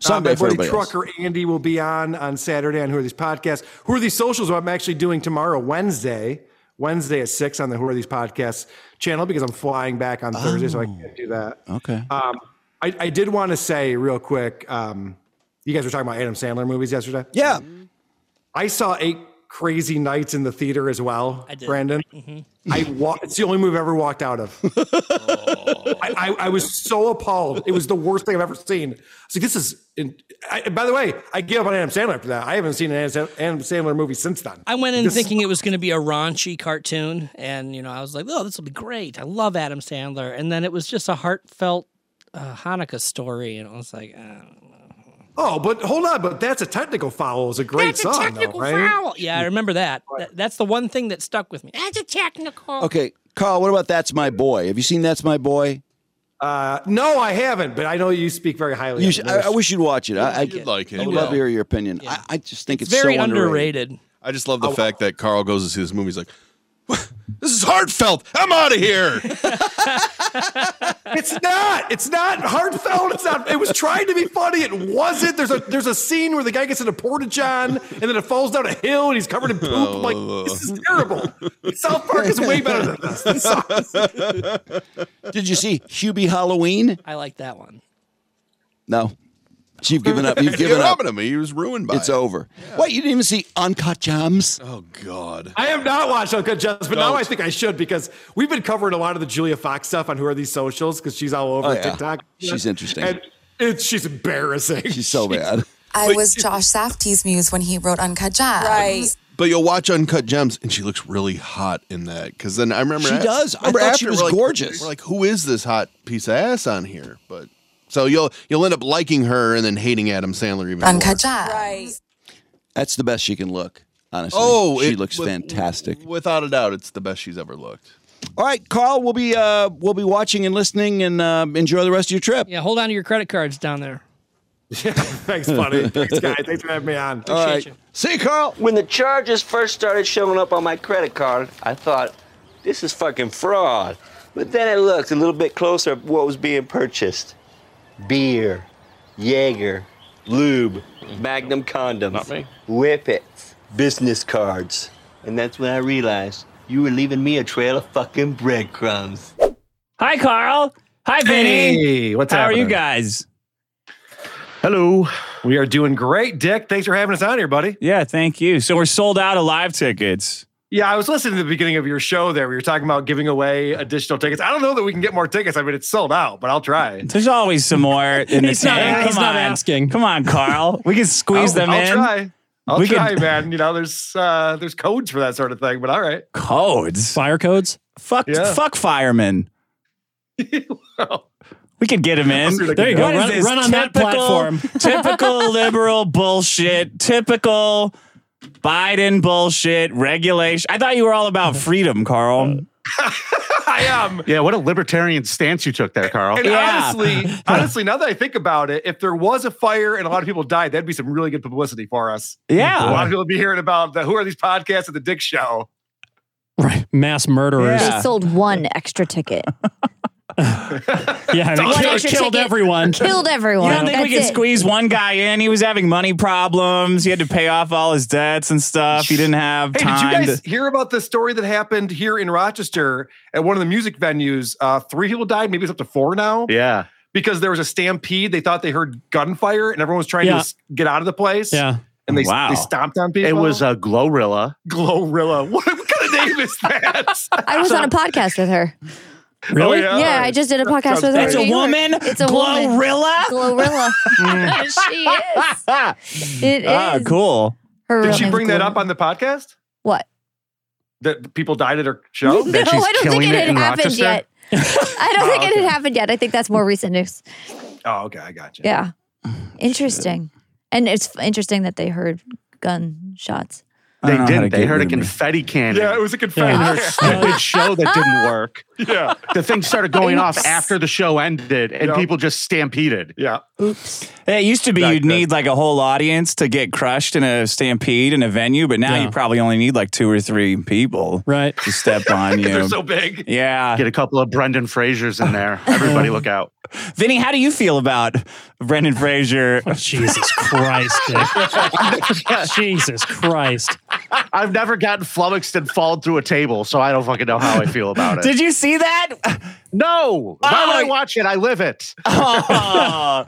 I: Sunday
A: uh,
I: for
A: my buddy
I: everybody. else.
A: Trucker Andy will be on on Saturday on Who Are These Podcasts. Who Are These Socials? What I'm actually doing tomorrow, Wednesday, Wednesday at six on the Who Are These Podcasts channel because I'm flying back on Thursday, so I can't do that.
I: Okay.
A: Um, I, I did want to say real quick. Um, you guys were talking about Adam Sandler movies yesterday.
I: Yeah,
A: Mm-hmm. I saw Eight Crazy Nights in the theater as well.
L: I did.
A: Brandon. I wa- it's the only movie I've ever walked out
L: [laughs]
A: of. I, I, I was so appalled. It was the worst thing I've ever seen. I was like, this is. In- I, by the way, I gave up on Adam Sandler after that. I haven't seen an Adam Sand- Adam Sandler movie since then.
L: I went in
A: This-
L: thinking it was going to be a raunchy cartoon, and you know, I was like, "Oh, this will be great! I love Adam Sandler." And then it was just a heartfelt uh, Hanukkah story, and I was like, I don't know.
A: Oh, but hold on, but that's a technical foul. Is a great
L: That's a
A: song,
L: technical
A: though, right?
L: foul. Yeah, I remember that. That- That's the one thing that stuck with me. That's a technical.
I: Okay, Carl, what about That's My Boy? Have you seen That's My
A: [laughs]
I: Boy?
A: Uh, no, I haven't, but I know you speak very highly.
I: You
A: of
I: should,
A: it.
I: I, I wish you'd watch it. I, I,
J: You'd like it.
I: I
J: You
I: would love
J: will.
I: to hear your opinion. I, I just think it's, so
J: I just love the fact that Carl goes to see this movie. He's like, [laughs] "This is heartfelt. I'm out of here."
A: [laughs] It's not. It's not heartfelt. It's not. It was trying to be funny. It wasn't. There's a there's a scene where the guy gets in a porta john and then it falls down a hill and he's covered in poop. I'm
I: Oh.
A: like, this is terrible. South Park is way better than this. This sucks.
I: Did you see Hubie Halloween?
L: I like that one.
I: [laughs] No. You've given up. You've
J: You're
I: given up.
J: rubbing him. He was ruined by
I: It's
J: it.
I: over. [laughs] What? You didn't even see Uncut Gems?
J: Oh God.
A: I have not watched Uncut Gems, but now I think I should because we've been covering a lot of the Julia Fox stuff on Who Are These Socials because she's all over
I: Oh, yeah.
A: TikTok.
I: She's interesting.
A: And it's she's embarrassing.
I: She's so bad.
O: I was Josh Safdie's muse when he wrote Uncut Gems. Right.
J: But you'll watch Uncut Gems, and she looks really hot in that. Because then I remember
I: She does. I
J: remember
I: thought
J: after,
I: she
J: we're
I: was
J: like-
I: gorgeous.
J: We're like, who is this hot piece of ass on here? But so you'll you'll end up liking her and then hating Adam Sandler even more.
O: Uncut Gems. Right.
I: That's the best she can look, honestly.
J: Oh,
I: she
J: it
I: looks
J: would-
I: fantastic.
J: Without a doubt, it's the best she's ever looked.
I: All right, Carl, we'll be uh, we'll be watching and listening, and uh, enjoy the rest of your trip.
L: Yeah, hold on to your credit cards
I: [laughs]
L: down there.
A: Thanks, buddy. Thanks, guys. Thanks for having me on.
L: All right.
I: See you, Carl.
R: When the charges first started showing up on my credit card, I thought, this is fucking fraud. But then I looked a little bit closer at what was being purchased beer, Jaeger, lube, Magnum condoms, whippets, business cards. And that's when I realized you were leaving me a trail of fucking breadcrumbs.
S: Hi, Carl. Hi, Vinny.
A: Hey, what's
S: How are
A: happening?
S: you guys?
A: Hello. We are doing great, Dick. Thanks for having us on here, buddy.
S: Yeah, thank you. So we're sold out of live tickets.
A: Yeah, I was listening to the beginning of your show there. We were talking about giving away additional tickets. I don't know that we can get more tickets. I mean, it's sold out, but I'll try.
S: There's always some more in
A: [laughs]
S: the
A: He's not-
S: tank. Come
A: he's not
S: on. asking. Come on, Carl. We can squeeze
A: I'll,
S: them
A: I'll
S: in.
A: try. I'll
S: We
A: try,
S: can-
A: man. You know, there's uh there's codes for that sort of thing, but all right.
S: Codes. Fire codes. Fuck.
A: Yeah. [laughs]
S: Fuck firemen. we could get them in.
A: There you go. Run-
S: What is this?
A: run on that
S: Typical-
A: platform.
S: [laughs] typical liberal bullshit. Typical Biden bullshit. Regulation. I thought you were
A: [laughs]
S: all about freedom, Carl.
A: Uh, I am.
F: Yeah, what a libertarian stance you took there, Carl.
A: And
S: [laughs]
A: honestly, honestly, now that I think about it, if there was a fire and a lot of people died, that'd be some really good publicity for us.
S: Yeah.
A: A lot of people would be hearing about the who are these podcasts at the Dick Show.
T: Mass murderers.
U: They sold one extra ticket.
S: Yeah,
T: One extra ticket Killed everyone.
S: You don't think we
T: That's
S: could
T: it.
S: squeeze one guy in? He was having money problems. He had to pay off all his debts and stuff. He didn't have
A: Hey, did you
S: time.
A: guys
S: to-
A: hear about the story that happened here in Rochester at one of the music venues? Uh, three people died, maybe it's up to four now.
F: Yeah.
A: Because there was a stampede. They thought they heard gunfire and everyone was trying
F: Yeah.
A: to s- get out of the place. Yeah. And they,
F: Wow.
A: they stomped on people.
F: It was a Glorilla.
A: Glorilla. [laughs] What, what kind of name is that?
T: I was on a podcast with her.
A: Really?
T: yeah,
A: Oh, yeah.
T: I just did a
A: That
T: podcast
A: sounds
T: with her.
A: That's
T: in
A: a
T: New York.
A: woman? Mm.
T: It's a
S: Glorilla?
T: woman. [laughs] Glorilla. she
A: [laughs]
T: is. It is.
A: Ah,
S: cool.
T: Her real
A: Did she
T: name's
A: bring that
T: Glorilla.
A: up on the podcast?
T: What?
A: That people died at her show?
T: [laughs] No, I don't think it, had
A: [laughs]
T: happened yet. I don't
A: Oh,
T: think it
A: okay.
T: had happened yet. I think that's more recent news.
A: Oh, okay. I got you.
T: Yeah.
A: Oh,
T: Interesting. And it's f- interesting that they heard gunshots.
F: They
S: know how to
F: didn't. They
S: get
F: heard a
S: rid of me.
F: confetti cannon.
A: Yeah, it was a confetti.
F: And their stupid
A: [laughs]
F: show that didn't work.
A: Yeah.
F: The thing started going off
S: Oops.
F: after the show ended and
S: Yep.
F: people just stampeded.
A: Yeah.
S: Oops. It used to be you'd need like a whole audience to get crushed in a stampede in a venue, but now
F: Yeah.
S: you probably only need like two or three people, right, to step
F: [laughs]
S: on you.
A: big.
S: Yeah.
F: Get a couple of Brendan Frasers in
S: [laughs]
F: there. Everybody look out.
S: Vinny, how do you feel about Brendan
A: [laughs]
S: Fraser?
A: Oh,
S: Jesus Christ,
F: [laughs] Jesus Christ. I've never gotten flummoxed and fallen through a table, so I don't fucking know how I feel about it.
S: Did you Oh. see that? [laughs]
F: No. Why would I watch it? I live it.
S: Oh.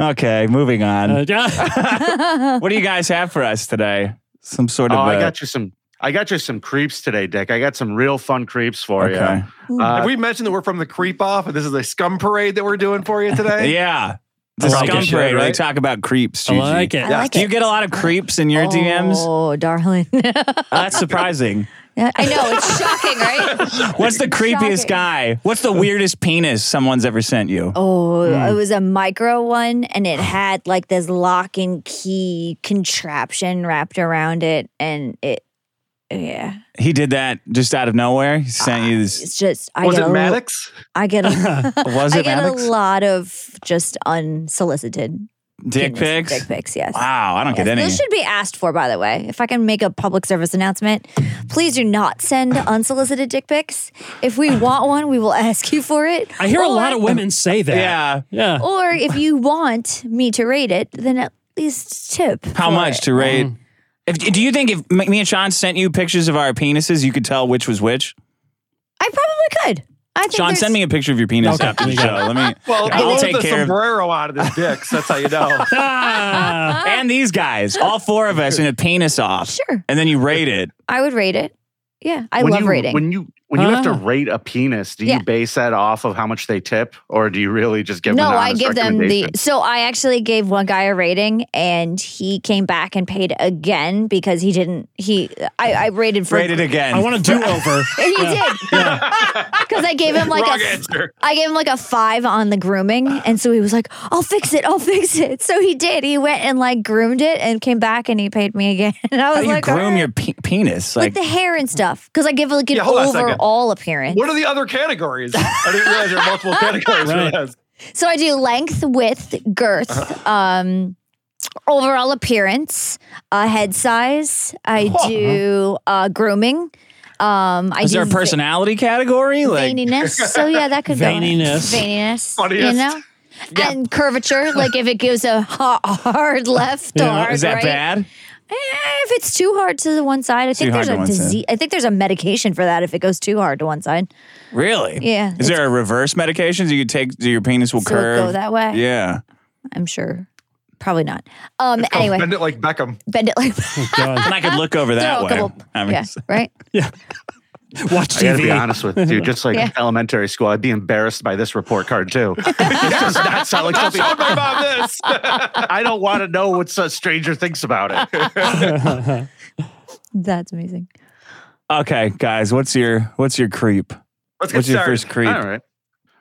S: okay, moving on.
F: Uh,
S: [laughs] what do you guys have for us today? Some sort of.
F: oh, I
S: uh,
F: got you some. I got you some creeps today, Dick. I got some real fun creeps for
S: Okay.
F: you.
A: Have
F: Uh,
A: we mentioned that we're from the creep off and this is a scum parum that we're doing for you today?
S: [laughs] Yeah. The
A: I like
S: scum
A: it.
S: parade. where They
A: Right?
S: talk about creeps.
A: I
S: Gigi.
A: like it. I
T: like
S: Do you
T: it.
F: Oh.
S: get a lot of creeps in your DMs?
T: Oh, darling. [laughs]
F: [laughs]
S: That's surprising.
T: Yeah, I know it's shocking, right?
S: What's the creepiest
T: Shocking.
S: guy? What's the weirdest penis someone's ever sent you?
T: Oh, it
S: Mm.
T: was a micro one, and it had like this lock and key contraption wrapped around it, and it, yeah,
S: He did that just out of nowhere. He sent you this.
T: it's just. I
S: Was
T: get
S: it
T: a,
S: Maddox?
T: I get a,
S: [laughs] Was
T: I
S: it
T: get
S: Maddox?
T: a lot of just unsolicited
S: Dick
T: penis-
S: pics?
T: Dick pics, yes.
S: Wow, I don't get
T: Yes,
S: any.
T: This should be asked for, by the way. If I can make a public service announcement, please do not send unsolicited dick pics. If we want one, we will ask you for it.
D: I hear a
T: Or-
D: lot of women say that.
S: Yeah.
F: [laughs]
D: Yeah.
T: Or if you want me to rate it, then at least tip.
S: How
T: for
S: much
T: it.
S: to rate? If, do you think if m- me and Sean sent you pictures of our penises, you could tell which was which?
T: I probably could. I think
S: Sean,
T: there's-
S: send me a picture of your penis
F: Okay.
S: after the show.
A: [laughs]
S: Let me.
F: Well,
S: I will
F: blow
S: take
F: the
S: care of.
F: sombrero out of his dicks. That's how
A: [laughs]
F: you know.
S: and these guys, all four of us, in a penis off. Sure. And then you rate it.
T: I would rate it. Yeah, I
F: when
T: love
F: you,
T: rating.
F: When you when you have to
T: Ah.
F: rate a penis, do you
T: Yeah.
F: base that off of how much they tip, or do you really just give
T: no,
F: Them an
T: I
F: honest
T: give them the.
F: recommendation?
T: So I actually gave one guy a rating, and he came back and paid again because he didn't. He I, I rated for
S: Rate it
T: [laughs]
S: again.
D: I want a do over.
T: He did
F: [laughs]
T: because I gave him like
D: Wrong
T: a f-
D: answer.
T: I gave him like a five on the grooming, and so he was like, "I'll fix it, I'll fix it." So he did. He went and like groomed it and came back and he paid me again. [laughs] And I
S: How
T: was
S: do you
T: like, "All
S: groom
T: right."
S: your pe- penis?
T: with
S: Like,
T: the hair and stuff," because I give like an
F: Yeah, hold on a second.
T: overall appearance.
F: What are the other categories? I didn't realize there are multiple categories.
T: Right.
F: For this.
T: So I do length, width, girth,
S: Uh-huh.
T: um, overall appearance, uh, head size. I do uh, grooming. Um, I
S: uh-huh. is
T: do
S: there a
T: va-
S: personality category? Like, [laughs]
T: veininess? So yeah, that could
S: Veininess.
T: go. in. Veininess.
S: Funniest.
T: You know. And curvature, like if it gives a ha-
S: [laughs]
T: hard left or hard
S: is that
T: right.
S: bad?
T: Eh, if it's too hard to the one side, I
S: Too
T: think
S: hard
T: there's
S: to
T: a
S: one side.
T: disease. I think there's a medication for that. If it goes too hard to one side,
S: Really?
T: Yeah,
S: Is there a reverse medication you could take? So your penis will
T: So it'll
S: curve.
T: go that way?
S: Yeah.
T: I'm sure. Probably not. Um.
F: Oh,
T: Anyway,
F: bend it like Beckham.
T: bend it like
S: Oh, and I could look over that
T: Throw a
S: way.
T: couple-
S: I mean,
T: yeah,
S: [laughs]
T: right?
D: Watch
F: I gotta be
S: TV.
F: honest with you, just like
T: [laughs] Yeah.
F: elementary school, I'd be embarrassed by this report
T: [laughs]
F: card too. [laughs] This does not sound like something. this. I don't want to know what a stranger thinks about it.
T: That's amazing.
S: Okay, [laughs] guys, what's your what's your creep?
F: Let's get
S: what's your
F: started.
S: first creep?
F: All right.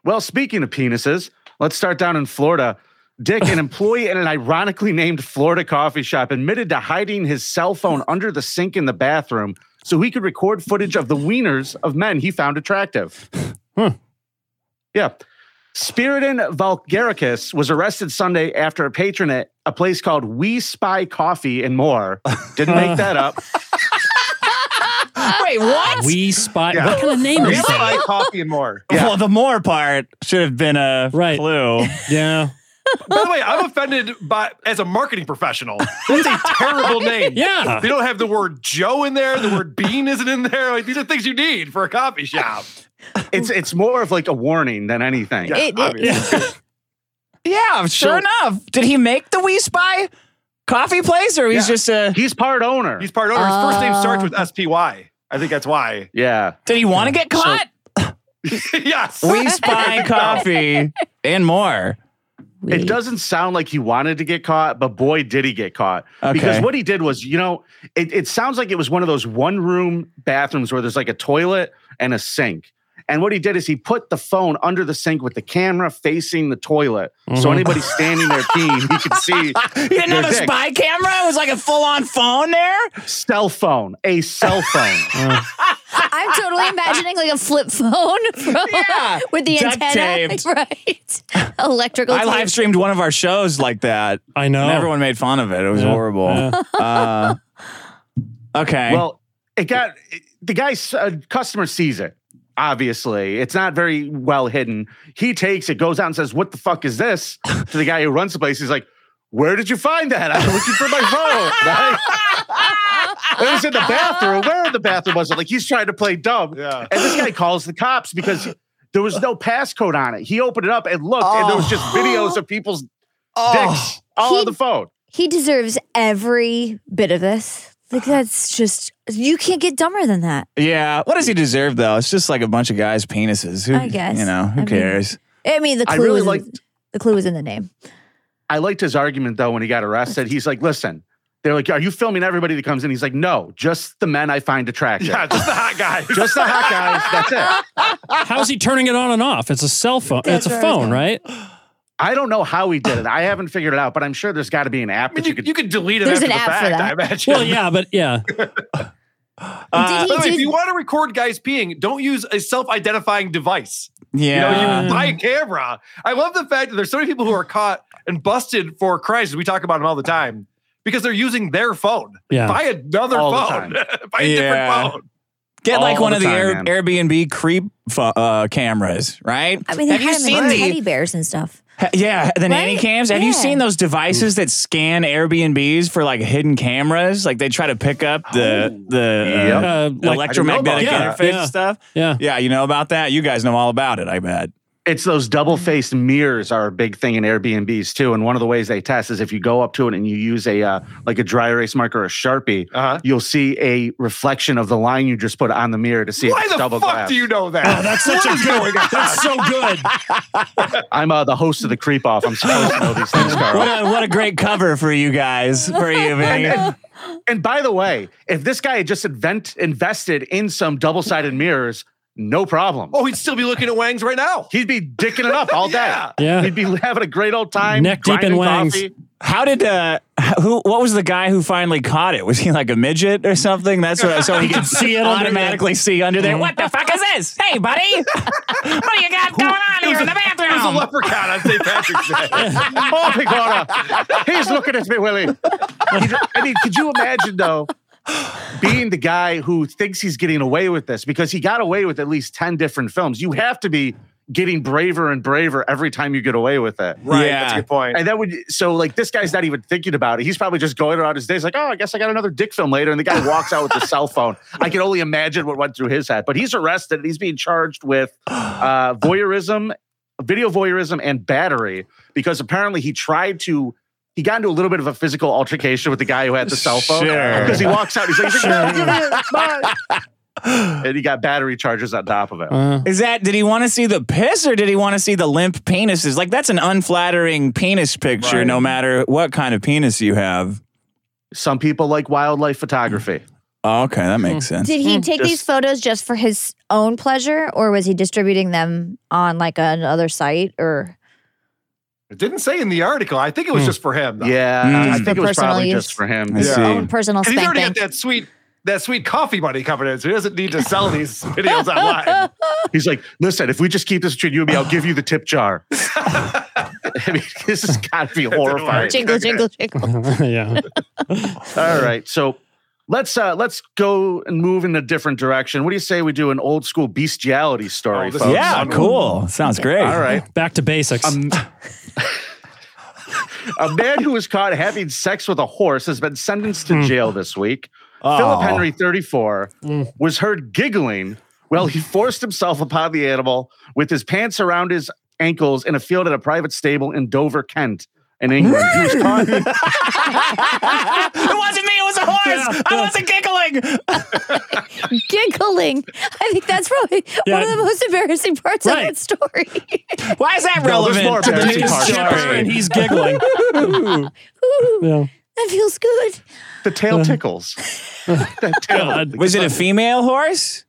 F: Well, speaking of penises, let's start down in Florida. Dick,
A: [laughs]
F: an employee at an ironically named Florida coffee shop, admitted to hiding his cell phone under the sink in the bathroom so he could record footage of the wieners of men he found attractive. Yeah. Spiridon Vulgaricus was arrested Sunday after a patron at a place called We Spy Coffee
A: [laughs]
F: and More. Didn't make that up.
S: Wait, what?
D: We spot.
F: Yeah.
D: What kind of name
F: We
D: is that?
F: Spy Coffee and More.
S: Well, the more part should have been a right. [laughs] clue.
D: Yeah.
A: By the way, I'm offended by as a marketing professional. That's a terrible [laughs] name.
D: Yeah.
A: They don't have the word Joe in there, the word bean isn't in there. Like these are things you need for a coffee shop.
F: It's it's more of like a warning than anything.
A: It- it-
F: obviously.
S: Yeah, sure enough. Did he make the We Spy coffee place, or he's
F: Yeah.
S: just a? Ah.
F: He's part owner.
A: He's part owner. His first name starts with SPY. I think that's why.
F: Yeah.
S: Did he want to get caught?
A: yes.
S: we
A: [laughs]
S: Spy coffee
F: [laughs]
S: and more. [laughs]
F: It doesn't sound like he wanted to get caught, but boy, did he get caught. Because
S: Okay.
F: what he did was, you know, it, it sounds like it was one of those one room bathrooms where there's like a toilet and a sink. And what he did is he put the phone under the sink with the camera facing the toilet. So
S: Mhm.
F: anybody standing there peeing, he
S: [laughs]
F: could see.
S: You didn't
F: their
S: have a
F: dick.
S: spy camera? It was like a full-on phone there.
F: Cell phone. A cell phone.
T: I'm totally imagining like a flip phone [laughs] from,
S: Yeah.
T: with the
S: Duct
T: antenna, [laughs]
S: taped.
T: right? Electrical.
S: I live streamed one of our shows like that. I know. And everyone made fun of it. It was horrible.
T: [laughs]
S: Uh, okay.
F: Well, it got it- the guy's uh, customer sees it. Obviously, it's not very well hidden. He takes it, goes out and says, "What the fuck is this?" to the guy who runs the place. He's like, "Where did you find that? I'm looking for my phone." [laughs] Right? It was in the bathroom. Where in the bathroom was it? Like he's trying to play dumb, and this guy calls the cops because there was no passcode on it. He opened it up and looked, and there was just videos of people's dicks all on the phone.
T: He deserves every bit of this. Like that's just you can't get dumber than that.
S: yeah. What does he deserve though? It's just like a bunch of guys' penises. Who,
T: I guess.
S: You know, who
T: I mean-
S: cares?
T: I mean, the
F: I
T: clue
F: really
T: is
F: like-
T: the clue is in the name.
F: I liked his argument though when he got arrested. He's like, listen, They're like, "Are you filming everybody that comes in?" He's like, "No, just the men I find attractive."
E: Yeah, just the hot guys.
F: just the hot guys. That's
D: How's he turning it on and off? It's a cell phone.
F: it.
D: it's a phone, right?
F: I don't know how he did it. I haven't figured it out, but I'm sure there's got to be an app that you, could. You could delete
T: it There's after an the app for fact, that. I
F: imagine.
D: Well, yeah, but yeah.
A: by the way,
T: did-
A: Uh, if you want to record guys peeing, don't use a self-identifying device. You know,
S: Yeah.
A: you buy a camera. I love the fact that there's so many people who are caught and busted for crimes. We talk about them all the time because they're using their phone.
S: Yeah.
A: Buy another
S: All the
A: phone. [laughs] buy a different phone.
S: Get
A: All
S: like one
A: the
S: of the
A: time,
S: Air- Airbnb creep pho- uh, cameras, right?
T: I mean, they
S: have you
T: had them
S: seen
T: in
S: the
T: teddy bears and stuff.
S: Ha- Yeah, the nanny
T: Right?
S: cams. Have
T: Yeah.
S: you seen those devices that scan Airbnbs for like hidden cameras? Like they try to pick up the
A: Oh.
S: the uh,
D: Yep. Uh, like-
S: electromagnetic
D: I didn't know about that.
S: interface
D: Yeah.
S: stuff.
D: Yeah.
S: yeah, you know about that. You guys know all about it. I bet.
F: It's those double faced mirrors are a big thing in Airbnbs too. And one of the ways they test is if you go up to it and you use a uh, like a dry erase marker or a sharpie, uh-huh. you'll see a reflection of the line you just put on the mirror to see
A: Why
F: if
A: the
F: it's double
A: fuck
F: glass.
A: do you know that?
D: that's such
A: What
D: a
A: is
D: good-
A: going on?
D: That's so good.
F: I'm uh, the host of the creep off.
A: [laughs]
F: I'm supposed to know these things, Carl.
S: What a what a great cover for you guys for you.
F: And,
S: Vinny.
F: and- and by the way, if this guy had just invent, invested in some double sided mirrors, no problem.
A: Oh, he'd still be looking at Wangs right now.
F: He'd be dicking it up
A: [laughs]
F: all day.
A: Yeah.
D: Yeah.
F: He'd be having a great old time.
D: Neck deep in
F: grinding
D: wangs.
F: coffee. [laughs]
S: How did uh who what was the guy who finally caught it? Was he like a midget or something? That's what [laughs] so he
D: [laughs]
S: could
D: see
S: see
D: it
S: it
D: under
S: automatically see under there.
D: Mhm.
S: What [laughs] the fuck is this? Hey buddy. [laughs] what do you got going on here in the
A: It was a
S: bathroom?
A: leprechaun on St. Patrick's Day.
S: [laughs]
F: oh my god, he's looking at me, Willie. I mean, could you imagine though? [gasps] Being the guy who thinks he's getting away with this because he got away with at least 10 different films. You have to be getting braver and braver every time you get away with it.
A: right.
S: Yeah.
A: That's a good point.
F: And that would so like this guy's not even thinking about it. He's probably just going around his days like, oh, I guess I got another dick film later. And the guy walks out with the cell phone. I can only imagine what went through his head. But he's arrested and he's being
A: [gasps]
F: charged with uh, voyeurism, video voyeurism, and battery because apparently he tried to. He got into a little bit of a physical altercation with the guy who had the cell phone
S: Sure.
F: because he walks out. He's like, he's like, "No, give me it, bye." [laughs] and he got battery charges on top of it.
D: Uh-huh.
S: Is that did he want to see the piss or did he want to see the limp penises? Like that's an unflattering penis picture,
A: Right.
S: no matter what kind of penis you have.
F: Some people like wildlife photography. Hmm.
S: Oh, okay, that makes
D: Hmm.
S: sense.
T: Did he take these
F: Mm, Just-
T: photos just for his own pleasure, or was he distributing them on like another site? Or
A: It didn't say in the article. I think it was just for him. Though.
F: Hmm. Yeah,
S: Mm.
F: I think it
T: For
F: was probably
T: personal
F: just
T: use.
F: for him.
S: I
A: Yeah.
S: see.
T: own personal
A: And he's already got
T: spanking?
A: that sweet that sweet coffee money coming in, so he doesn't need to sell
F: [laughs]
A: these videos online.
F: He's like, listen, if we just keep this between you and me, I'll give you the tip [laughs] jar. I mean, [laughs] this has got to be horrifying.
T: Jingle, jingle, jingle.
D: yeah.
F: All right, so let's uh let's go and move in a different direction. What do you say we do an old school bestiality story?
A: Oh, this
F: folks?
A: is-
S: yeah, cool. Sounds great.
F: All right,
D: Back to basics.
S: Um,
F: a man who was caught having sex with a horse has been sentenced to
D: Hmm.
F: jail this week.
D: Oh.
F: Philip Henry, 34, was heard giggling while he forced himself upon the animal with his pants around his ankles in a field at a private stable in Dover, Kent, in England. He was caught-
S: it wasn't me, it was a horse. I wasn't giggling.
T: [laughs] Giggling. I think that's probably one
D: Yeah.
T: of the most embarrassing parts
D: Right.
T: of that story.
S: [laughs] Why is that
F: No, there's
S: relevant?
F: more
S: to
F: embarrassing
S: the
F: parts.
S: story?
D: [laughs] and he's
F: [laughs]
S: [laughs]
D: giggling.
T: Ooh,
D: Yeah.
T: that feels good.
D: Uh-huh.
F: the tail tickles. That tail-
D: God.
S: Was it a female horse?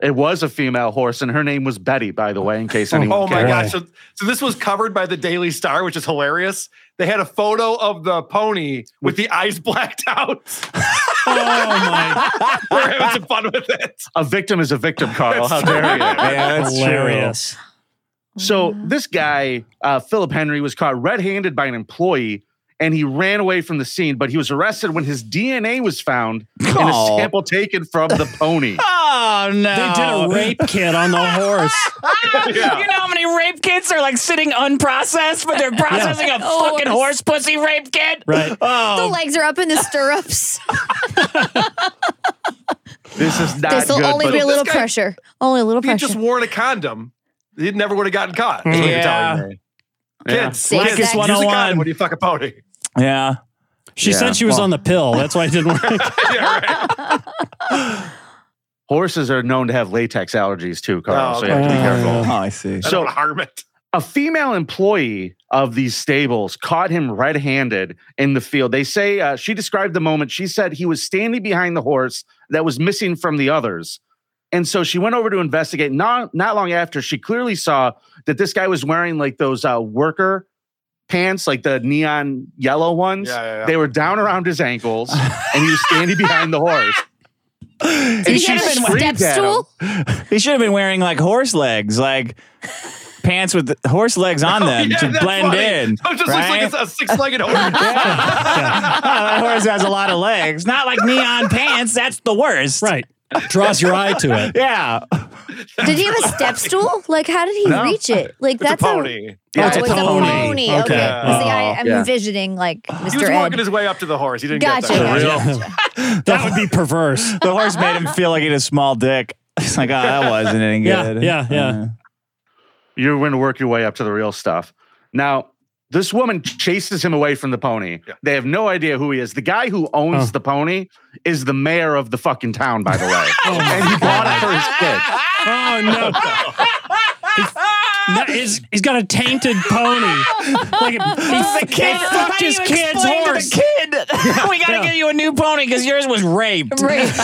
F: It was a female horse, and her name was Betty, by the way, in case anyone
A: Oh my gosh.
F: cares.
A: So, so this was covered by the Daily Star, which is hilarious. They had a photo of the pony with the eyes [laughs] blacked out.
D: Oh my!
A: [laughs] We're having some fun with it.
F: A victim is a victim, Carl. How [laughs] dare you?
S: Yeah,
D: Hilarious. Oh,
F: So this guy, uh, Philip Henry, was caught red-handed by an employee, and he ran away from the scene. But he was arrested when his DNA was found in a
S: Aw.
F: sample taken from the pony.
S: Oh [laughs] no! Ah!
D: They did a rape kit on the horse.
F: [laughs]
S: You know how many rape kits are like sitting unprocessed, but they're [laughs] processing a
T: Oh,
S: fucking
T: it's-
S: horse pussy rape kit?
D: Right.
T: The
S: Oh,
T: legs are up in the stirrups.
F: This is not
T: this will
F: good.
T: only
F: but
T: be a little
A: guy-
T: pressure. Only a little
A: If he had
T: pressure.
A: just worn a condom, he never would have gotten caught. is what you're
S: Yeah.
A: telling me.
F: Hmm. Yeah.
A: Kids,
T: Sex
A: kids,
T: is oh
A: use a
S: 101.
A: condom when you fuck a pony.
S: yeah.
D: She
S: Yeah,
D: said she was
S: well-
D: on the pill. That's why it didn't
S: [laughs]
D: work.
A: yeah, right.
F: horses are known to have latex allergies too, Carl.
A: Oh,
F: So you have to be
N: [laughs]
D: okay.
F: careful.
S: Oh, I see.
A: I
F: So-
A: don't want to harm it.
F: A female employee of these stables caught him red handed in the field. They say uh, she described the moment. She said he was standing behind the horse that was missing from the others. And so she went over to investigate. Not, not long after, she clearly saw that this guy was wearing like those uh, worker pants, like the neon yellow ones.
N: yeah.
F: They were down around his ankles, and he was standing behind the horse.
S: Did
F: he get him a step stool?
S: He should have been wearing like horse legs, like pants with the horse legs
N: [laughs]
S: on
N: Oh,
S: them
N: yeah,
S: to
N: that's
S: blend
N: funny. [laughs]
S: in.
N: It just
S: right?
N: looks
S: [laughs] Oh
N: like it's a six-legged horse.
S: that horse has a lot of legs. Not like neon pants. That's the worst. Right.
H: Draws your eye to it.
S: Yeah.
T: Did he have a step stool? Like, how did he
S: No.
T: reach it? Like,
S: a
T: that's
S: pony.
T: Oh,
F: Yeah,
T: it's a pony. Okay.
F: Okay.
T: See, I
F: Oh.
T: am
F: Yeah.
T: envisioning like
F: He was
T: Mr.
F: walking
T: Ed.
F: his way up to the horse. He didn't
T: Gotcha.
F: get that.
S: that would be perverse. The horse made him feel like he had a small dick. It's like, oh, that wasn't any
F: Yeah,
S: good.
F: yeah, yeah.
S: Uh,
F: You're going to work your way up to the real stuff. Now, this woman chases him away from the pony. They have no idea who he is. The guy who owns the pony is the mayor of the fucking town, by the [laughs] way. and he bought it for his kid.
H: Oh no.
S: [laughs]
H: No, he's, he's got a tainted pony.
S: [laughs]
N: [laughs]
H: Like,
N: It's the kid.
H: He fucked his
N: How do you
H: kid's
N: explain to the [laughs]
H: horse.
S: kid. [laughs] we gotta
H: Yeah.
S: get you a new pony because yours was raped. [laughs]
N: Raped.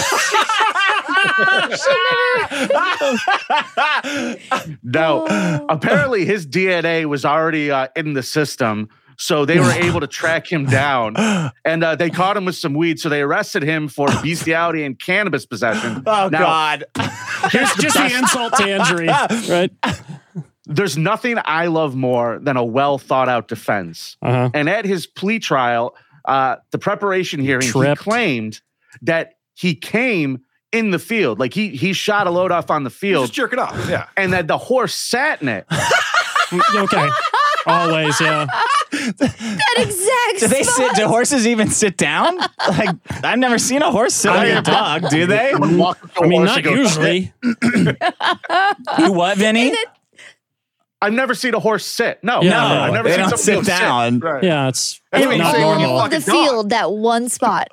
F: No,
S: Oh.
F: apparently his DNA was already uh, in the system, so they were able to track him down, and uh, they caught him with some weed. So they arrested him for bestiality and cannabis possession.
S: Oh God!
F: Here's
H: Just the insult
S: [laughs]
H: to injury, right?
F: There's nothing I love more than a well thought out defense.
H: Uh-huh.
F: And at his plea trial, uh, the preparation hearing,
H: Tripped.
F: he claimed that he came in the field, like he he shot a load off on the field,
A: Just jerk it off. Yeah.
F: and that the horse sat in it.
H: okay. Always, yeah.
T: That exact.
S: Do they sit?
T: spot.
S: Do horses even sit down? Like I've never seen a horse sit
N: I
S: on
N: mean,
S: a dog. Do [laughs] they?
N: Walk up to a I mean, horse not and go, usually.
S: you what, Vinny?
F: I've never seen a horse sit. No,
S: Yeah,
F: no,
S: no,
F: I've never
S: they
F: seen
S: don't
F: somebody
S: sit
F: go
S: down.
F: Right.
H: Yeah, it's
F: That's what
T: And
F: you
T: all
F: say when you
T: of
F: walk
T: the
F: a dog.
T: field, that one spot.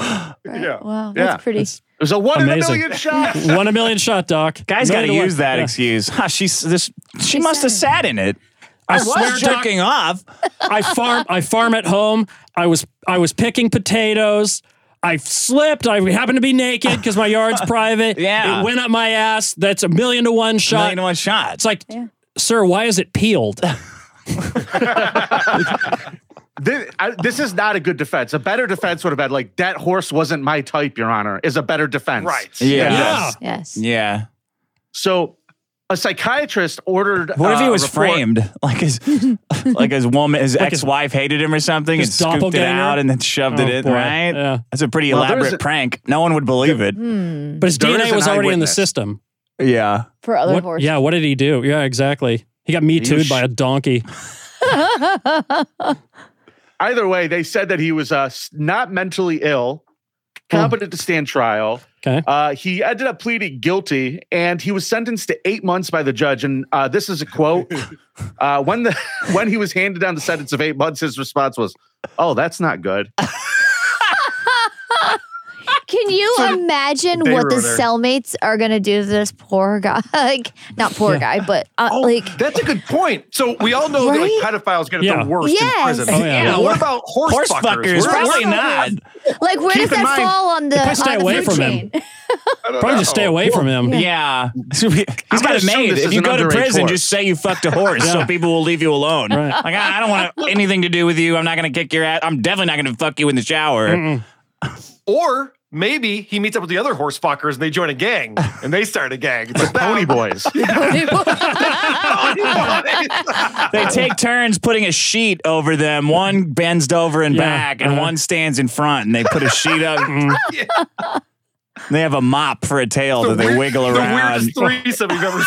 T: Right. Wow, that's
F: Yeah.
T: pretty.
F: It was a one in a
H: Amazing.
F: million shot.
H: [laughs] One a million shot, Doc.
S: Guys got
H: Million
S: to
H: to
S: use
H: one.
S: that
H: Yeah.
S: excuse. Huh, she's this. She must have sat in it.
H: I
S: I, was
H: swear, Doc-
S: jerking off.
H: I farm. I farm at home. I was I was picking potatoes. I slipped. I happened to be naked because
S: [laughs]
H: my yard's private.
S: Yeah.
H: it went up my ass. That's a million to one shot.
S: Million to one shot.
H: It's like, sir, why is
S: [laughs]
H: it peeled?
F: This, I, this is not a good defense. A better defense would have been like that horse wasn't my type, Your Honor. Is a better defense, right?
S: Yeah.
T: Yes.
S: Yeah.
F: So, a psychiatrist ordered.
S: What if
F: uh,
S: he
F: a
S: was
F: report-
S: framed? [laughs] Like his, like his woman, his
F: Like his-
S: ex-wife hated him or something, and
H: his
S: scooped it
H: doppelganger?
S: out and then shoved it
H: Oh,
S: in.
H: boy.
S: Right?
H: Yeah.
S: That's a pretty
H: Well, there
S: elaborate
H: is a-
S: prank. No one would believe it.
H: But his
S: There is
H: DNA
S: an
H: was already in the
S: eyewitness.
H: system.
S: Yeah.
T: hmm, For other
H: What-
T: horses.
H: Yeah, what did he do? Yeah, exactly. He got me too'd by a donkey.
F: Either way, they said that he was uh, s- not mentally ill, competent to stand trial.
H: Okay.
F: Uh, he ended up pleading guilty, and he was sentenced to eight months by the judge. And uh, this is a quote: uh, when the [laughs] when he was handed down the sentence of eight months, his response was, "Oh, that's not good."
T: [laughs] Can you imagine
F: They
T: what the
F: wrote her.
T: cellmates are gonna do to this poor guy? [laughs] Like, not poor guy, but uh, like
A: That's a good point. So we all know that like pedophiles get it
F: Yeah.
A: the worst
T: Yes.
A: in prison.
T: Oh, yeah.
A: But What about horse,
S: Horse fuckers,
A: Where-
S: probably not.
T: Like, where
S: Keep
T: does that
S: in mind-
T: fall on the?
H: If I stay
T: on the
H: away
T: food
H: from
T: chain?
H: him. Probably just stay away from
S: [laughs]
H: him.
S: Yeah. He's
H: gonna
S: got it
H: assume
S: made.
H: this
S: If
H: is
S: you
H: an
S: go to
H: underage
S: prison,
H: horse.
S: just say you fucked a horse
H: Yeah.
S: so people will leave you alone.
H: Right.
S: Like, I, I don't
H: [laughs]
S: want anything to do with you. I'm not going to kick your ass. I'm definitely not going to fuck you in the shower.
A: Or maybe he meets up with the other horse fuckers and they join a gang and they start a gang. It's the Pony [laughs]
F: Boys.
S: They take turns putting a sheet over them. One bends over and
N: Yeah,
S: back, and
N: uh-huh.
S: one stands in front, and they put a sheet up. [laughs] They have a mop for a tail that they wiggle around.
A: The weirdest threesome you've ever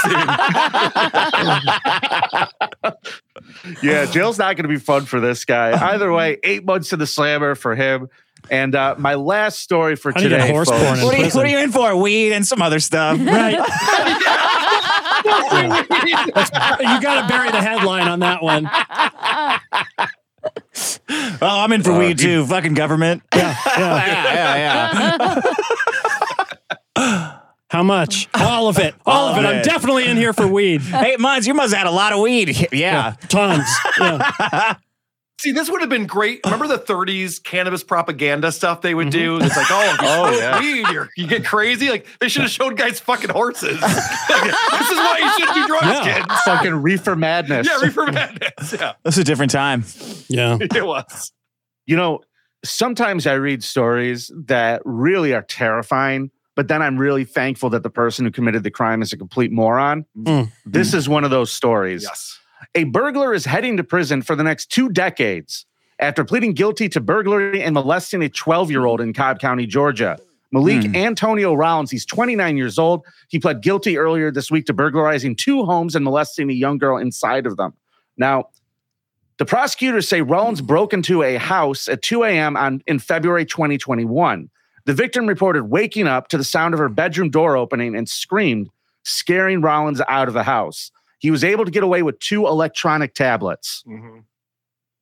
S: [laughs]
A: seen.
F: [laughs] yeah, jail's not going to be fun for this guy. Either way, eight months to the slammer for him. And uh, my last story for
S: How do you get
F: today.
S: horse
F: folks-
S: porn in What are you- prison? what are you in for? Weed and some other [laughs] stuff. Right.
H: [laughs]
F: [laughs]
H: you got to bury the headline on that one.
S: Oh, I'm in for
H: Uh,
S: weed too. Fucking [laughs] government.
H: Yeah, yeah,
S: yeah, yeah.
H: [laughs] How much. All of it. All of it. I'm definitely in here for weed.
S: Eight months. You must have had a lot of weed. [laughs] Yeah.
H: Tons.
S: [laughs]
A: [laughs] See, this would have been great. Remember the 30s cannabis propaganda stuff they would do?
F: Mm-hmm.
A: It's like,
F: [laughs]
A: oh, if you
N: Oh,
A: smoke
N: yeah.
A: weed, you're, you get crazy. Like, they should have showed guys fucking horses. [laughs]
F: [laughs]
A: Like, this is why you shouldn't do drugs,
F: Yeah.
A: kids.
F: Fucking reefer madness.
A: Yeah, reefer madness. Yeah.
S: This is a different time.
H: Yeah.
A: It was.
F: You know, sometimes I read stories that really are terrifying, but then I'm really thankful that the person who committed the crime is a complete moron.
S: Hmm.
F: This is one of those stories. Yes. A burglar is heading to prison for the next two decades after pleading guilty to burglary and molesting a 12 year old in Cobb County, Georgia. Malik Antonio Rollins, he's 29 years old. He pled guilty earlier this week to burglarizing two homes and molesting a young girl inside of them. Now, the prosecutors say Rollins broke into a house at 2 a.m. On, in February 2021. The victim reported waking up to the sound of her bedroom door opening and screamed, scaring Rollins out of the house. He was able to get away with two electronic tablets.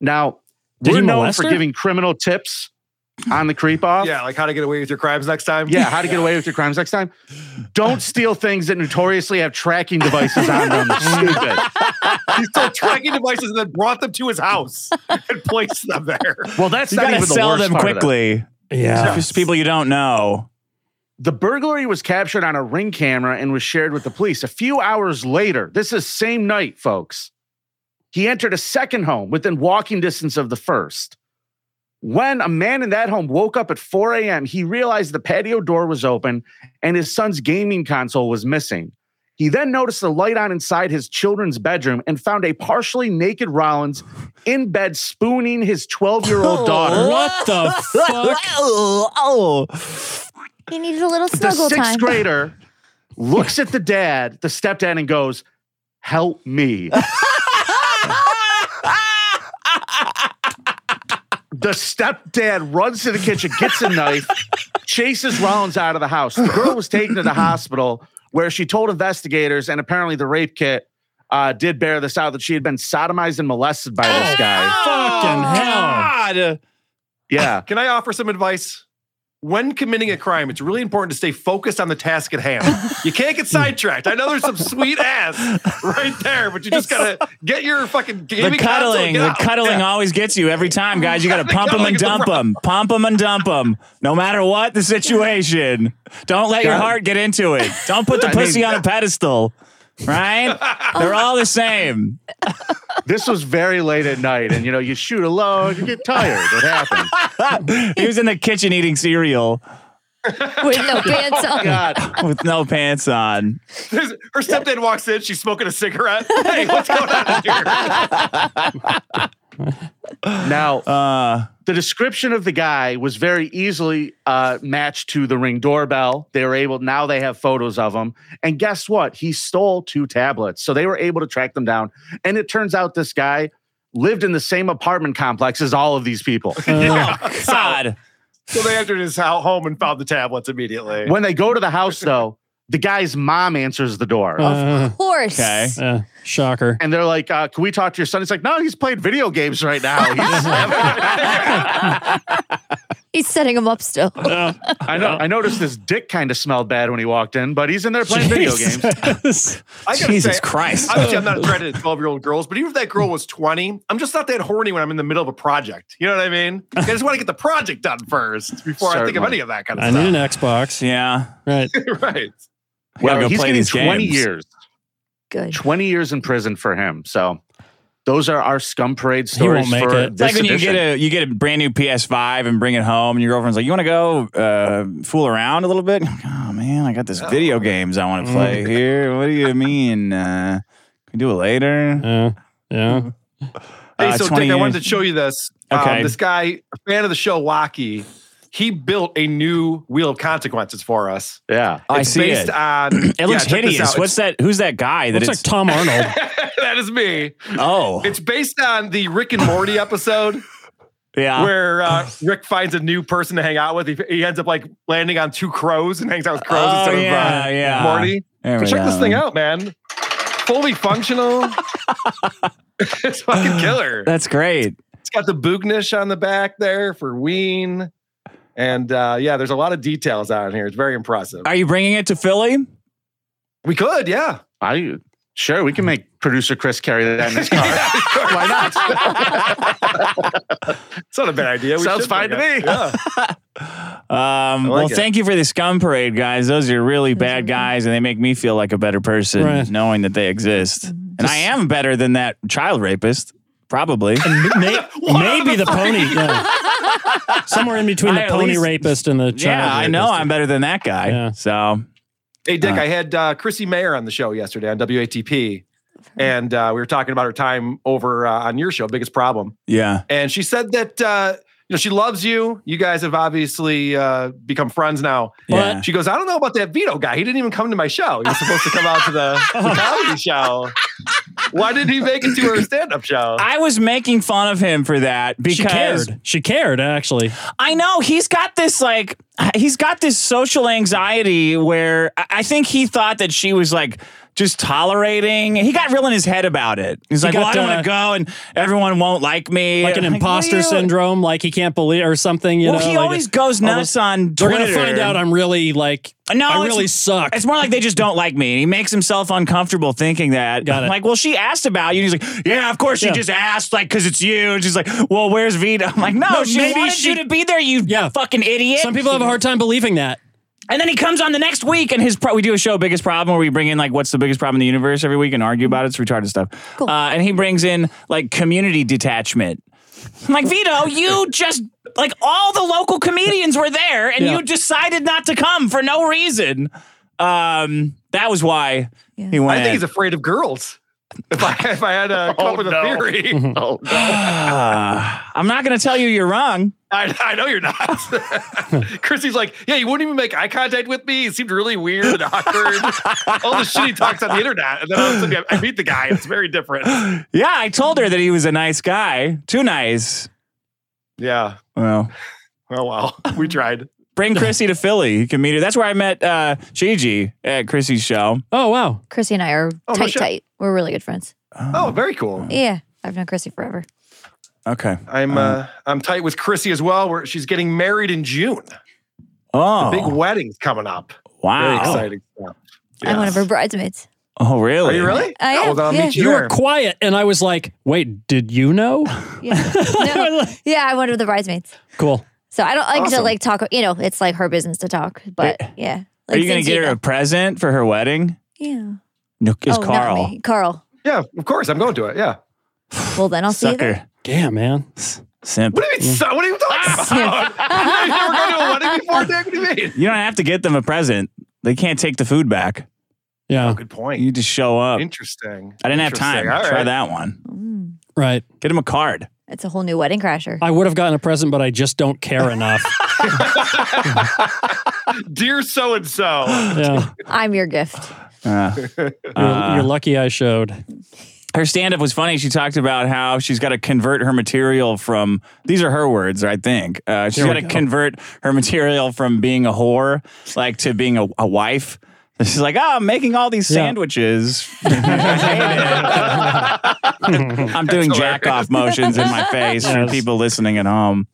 F: Now,
A: Did
F: we're
A: he
F: known
A: molest
F: for
A: her?
F: giving criminal tips on the
A: [laughs]
F: creep off.
A: Yeah, like how to get away with your crimes next time.
F: Yeah, how to
A: [laughs]
F: get away with your crimes next time. Don't steal things that notoriously have tracking devices on [laughs] them. Stupid.
A: [laughs] He stole tracking devices and then brought them to his house and placed them there.
F: Well, that's
S: you
F: not
S: gotta
F: even the
S: sell
F: worst
S: them
F: part of it.
S: quickly.
F: Yeah.
S: Just people you don't know.
F: The burglary was captured on a ring camera and was shared with the police. A few hours later, this is same night, folks. He entered a second home within walking distance of the first. When a man in that home woke up at 4 a.m., he realized the patio door was open and his son's gaming console was missing. He then noticed the light on inside his children's bedroom and found a partially naked Rollins in bed spooning his 12 year
H: [laughs]
F: old daughter.
H: What the fuck?
S: Oh,
T: He needs a little
F: the
T: snuggle
F: sixth
T: time.
F: grader looks at the dad, the stepdad, and goes, "Help me." the stepdad runs to the kitchen, gets a knife, chases Rollins out of the house. The girl was taken to the hospital where she told investigators, and apparently the rape kit uh, did bear this out that she had been sodomized and molested by this guy.
H: Oh, Fucking hell.
S: God.
F: Yeah.
A: Can I offer some advice? When committing a crime, it's really important to stay focused on the task at hand. You can't get sidetracked. I know there's some sweet ass right there, but you just gotta get your fucking
S: The
A: gaming console,
S: cuddling,
A: get
S: the
A: out.
S: cuddling
A: Yeah.
S: always gets you every time, guys. You got to
A: The
S: pump them
A: cuddling
S: and
A: is the
S: dump them, pump them and dump them, no matter what the situation. Don't let your
A: God.
S: heart get into it. Don't put the
A: I mean-
S: pussy on a pedestal, right? They're all the same.
F: This was very late at night, and you know, you shoot a load, you get tired. It happens.
S: [laughs] he was in the kitchen eating cereal
T: With
S: [laughs]
T: no pants
F: [laughs]
T: on.
S: with no pants on.
A: His- Oh, Her stepdad walks in. She's smoking a cigarette. Hey, what's going on here?
F: Now,
H: Uh,
F: the description of the guy was very easily uh, matched to the ring doorbell. They were able, now they have photos of him. And guess what? He stole two tablets. So they were able to track them down. And it turns out this guy lived in the same apartment complex as all of these people.
S: Oh, God.
A: So they entered his ho- home and found the tablets immediately.
F: when they go to the house, though, the guy's mom answers the door.
H: Of
T: course.
H: Uh, Yeah. Shocker.
F: And they're like, uh, can we talk to your son? He's like, no, he's playing video games right now. He's-
T: [laughs] He's setting him up still.
F: I know. I noticed his dick kind of smelled bad when he walked in, but he's in there
S: [laughs]
F: playing
A: [laughs]
F: video games.
H: games.
A: I gotta
S: Jesus
A: say,
S: Christ.
A: Obviously, I'm not
S: [laughs]
A: attracted to 12 year old girls, but even if that girl was 20, I'm just not that horny when I'm in the middle of a project. You know what I mean? I just want to get the project done first before I think of
F: Certainly.
A: any of that kind of
H: I need an Xbox.
S: Yeah.
H: Right.
A: stuff. [laughs] right.
S: We gotta
F: Well,
S: go
F: he's
S: play
F: getting
S: these
F: 20
S: games.
F: years.
T: Good.
F: 20 years in prison for him. So those are our scum parade stories
S: He won't make
F: for
S: it. It's
F: this
S: like when you
F: edition.
S: get a you get a brand new PS5 and bring it home, and your girlfriend's like, "You want to go uh, fool around a little bit?" I'm like, oh man, I got this video games I want to play
H: Mm.
S: here. What do you mean? Uh, can we do it later?
H: Yeah,
S: [clears throat]
H: yeah.
A: Hey,
S: Uh,
A: so
S: 20
A: Dick, I wanted to
S: years.
A: show you this.
S: Okay.
A: Um, this guy, a fan of the show, Waki, he built a new wheel of consequences for us.
F: Yeah,
S: Oh, I
A: It's
S: see
A: based
S: it.
A: on-
S: [clears throat] it looks
A: Yeah, check this
S: hideous.
A: out.
S: What's that? Who's that guy? That
H: Looks like
S: [laughs]
H: Tom Arnold.
A: that is me.
S: Oh,
A: It's based on the Rick and Morty episode.
S: Yeah.
A: Where
S: [sighs]
A: uh, Rick finds a new person to hang out with. He, he ends up like landing on two crows and hangs out with crows
S: Oh,
A: instead
S: yeah,
A: of uh,
S: yeah.
A: Morty.
S: I remember
A: So check
S: that
A: this thing
S: one.
A: out, man. Fully
S: [laughs]
A: functional. [laughs] it's fucking killer.
S: That's great.
A: It's got the boognish on the back there for Ween. And uh, yeah, there's a lot of details out here. It's very impressive.
S: Are you bringing it to Philly?
A: We could, yeah. I sure we can make producer Chris carry that in his car. Why
F: [laughs]
A: not? it's not a bad idea.
F: We
A: Sounds
F: should
A: fine to
F: make
A: me.
F: it.
S: Um,
F: like
S: well,
F: it.
S: thank you for the scum parade, guys. Those are really bad guys, and they make me feel like a better person
H: Right. Mm-hmm.
S: knowing that they exist. And I am better than that child rapist,
F: [laughs]
S: probably.
H: Maybe the pony.
S: [laughs]
H: yeah. Somewhere in between
S: I
H: the
S: at
H: pony
S: least-
H: rapist and the child.
S: yeah, I know I'm better than that guy. So
A: Hey, Dick,
S: Uh.
A: I had uh, Chrissy Mayer on the show yesterday on WATP, and uh, we were talking about her time over uh, on your show, Biggest Problem.
S: yeah,
A: And she said that uh, you know she loves you. You guys have obviously uh, become friends now.
S: Yeah.
A: But she goes, I don't know about that Vito guy. He didn't even come to my show. He was supposed to come out to the, the comedy show. Why didn't he make it to her stand-up show?
S: I was making fun of him for that because
H: She cared. She cared actually.
S: I know he's got this like he's got this social anxiety where I- I think he thought that she was like just tolerating. He got real in his head about it. He's
H: He
S: like,
H: got,
S: "Well, I don't
H: uh,
S: want to go, and everyone won't like me."
H: Like an
S: I'm what
H: imposter
S: do you-
H: syndrome, like he can't believe or something. You
S: Well,
H: know,
S: he
H: like-
S: always goes nuts on
H: They're gonna
S: Twitter.
H: find out I'm really like.
S: No,
H: I
S: it's-
H: really suck.
S: It's more like they just don't like me. And he makes himself uncomfortable thinking that.
H: Got it.
S: Like, well, she asked about you. And he's like, yeah, of course
H: Yeah.
S: she just asked, like, because it's you. And she's like, well, where's Vita? I'm like, no,
H: No,
S: she
H: maybe
S: wanted
H: she-
S: you to be there, you fucking idiot.
H: Some people have a hard time believing that.
S: And then he comes on the next week, and his pro- we do a show, biggest problem, where we bring in like what's the biggest problem in the universe every week and argue about it. It's retarded stuff. Uh, and he brings in like community detachment. I'm like Vito, you just like all the local comedians were there, and
F: Yeah.
S: you decided not to come for no reason. Um, that was why he went.
A: I think he's
S: in.
A: afraid of girls. [laughs] If I if I had to come
S: [laughs] Oh,
A: up with
S: no.
A: a theory,
S: [laughs]
A: oh
S: Ah, [sighs] I'm not going to tell you you're wrong.
A: I, I know you're [laughs] not. Chrissy's like, yeah, you wouldn't even make eye contact with me. It seemed really weird and awkward. All the shit he talks on the internet, and then all of a sudden I I meet the guy. It's very different.
S: Yeah, I told her that he was a nice guy, too nice.
A: Yeah.
S: Well.
A: Oh well, [laughs] we tried.
S: Bring Chrissy to Philly. You can meet her. That's where I met uh, Gigi at Chrissy's show.
H: Oh wow,
T: Chrissy and I are
A: Oh, no
T: tight,
A: shit.
T: tight. We're really good friends.
A: Oh, very cool.
T: Yeah, I've known Chrissy forever.
S: Okay.
A: I'm uh, I'm tight with Chrissy as well. Where she's getting married in June.
S: Oh,
A: The big wedding's coming up. Very
S: Wow.
A: exciting stuff.
T: I'm one of her bridesmaids.
S: Oh, really?
A: Are you really?
T: I
A: Oh,
T: am,
A: then I'll
T: yeah.
A: meet you,
H: You
A: there.
H: were quiet, and I was like, "Wait, did
S: [laughs]
H: you know?"
T: No, yeah, I'm one of the bridesmaids.
H: Cool.
T: So I don't like to
S: Awesome.
T: like talk. You know, it's like her business to talk. But yeah,
S: Are
T: like,
S: you going
T: since
S: to get her a present for her wedding?
T: Yeah. Oh,
S: No, it's
T: not
S: Carl.
T: me. Carl.
A: Yeah, of course. I'm going to it. Yeah.
T: Well, then I'll see you there.
S: Sucker.
H: Damn, man.
S: Simp. Mm. Ah,
A: What do you mean? So, what are you [laughs] talking about? You've never gone to a wedding before, Dick? What do you [laughs] mean?
S: You don't have to get them a present. They can't take the food back.
H: Yeah.
A: Good point.
S: You just show up.
A: Interesting.
S: I didn't have time.
T: Interesting. All
S: Try
T: right.
S: that one.
H: Right.
S: Get him a card.
T: It's a whole new wedding
H: [laughs]
T: crasher.
H: I would have gotten a present, but I just don't care
S: [laughs]
H: enough.
A: Dear so and so.
H: yeah.
T: I'm your gift.
S: Uh,
H: You're,
S: uh,
H: you're lucky I showed.
S: her stand up was funny. She talked about how she's got to convert her material from, these are her words, I think. Uh, she's
H: Here
S: got
H: we
S: to
H: go.
S: convert her material from being a whore, like to being a, a wife. [laughs] She's like, oh, I'm making all these sandwiches.
H: [laughs]
S: [laughs] I'm doing jack off motions in
F: [laughs]
S: my face
A: Yes.
S: for people listening at home.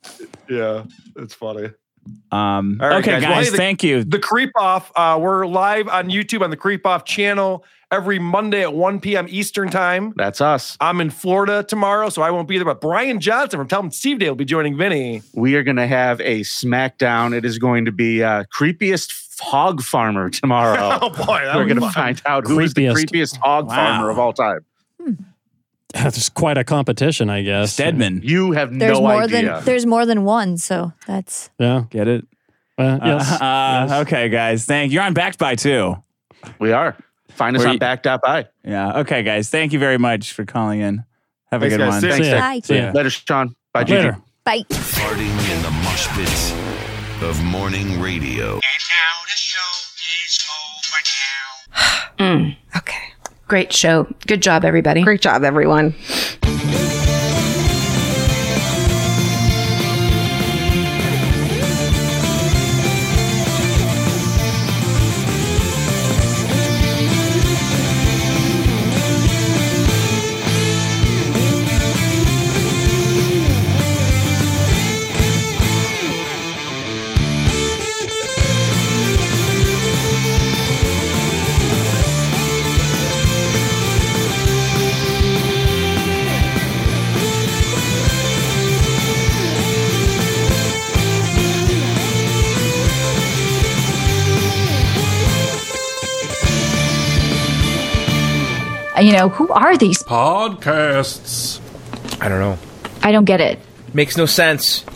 A: Yeah, it's funny.
S: Um,
A: All right,
S: okay, guys,
A: Well, hey, the-
S: thank you.
A: The Creep Off. Uh, we're live on YouTube on the Creep Off channel every Monday at 1 p.m. Eastern Time.
S: That's us.
A: I'm in Florida tomorrow, so I won't be there. But Brian Johnson from Tell Him Steve Day will be joining Vinny. We are going to
F: have a smackdown. It is going to be uh, creepiest hog farmer [laughs] tomorrow.
A: Oh, boy, that
F: we're
A: was
F: going to
A: fun.
F: find out who is the
H: Creepiest.
F: creepiest hog
H: Wow.
F: farmer of all time.
H: That's quite a competition, I guess.
S: Stedman.
F: You have
T: There's
F: no
T: more
F: idea.
T: than there's more than one, so that's
H: Yeah.
S: Get it?
H: Uh, yes.
S: Uh, [laughs] uh, Okay, guys, thank you. You're on Backed By, too.
F: we are. Find us
S: Were
F: on
S: you-
F: back.by.
S: Yeah. Okay, guys, thank you very much for calling in. Have a
F: Thanks,
S: good
F: guys.
S: one.
F: See ya. Thanks, Dick. Bye.
S: See ya.
F: Later, Sean. Bye, Gigi.
S: Later.
T: bye.
I: Farting in the mosh pits of morning radio.
O: Mm. Okay. Great show. Good job, everybody. Great job, everyone.
T: Uh, You know, who are these?
A: Podcasts. I don't know.
T: I don't get it.
A: Makes no sense.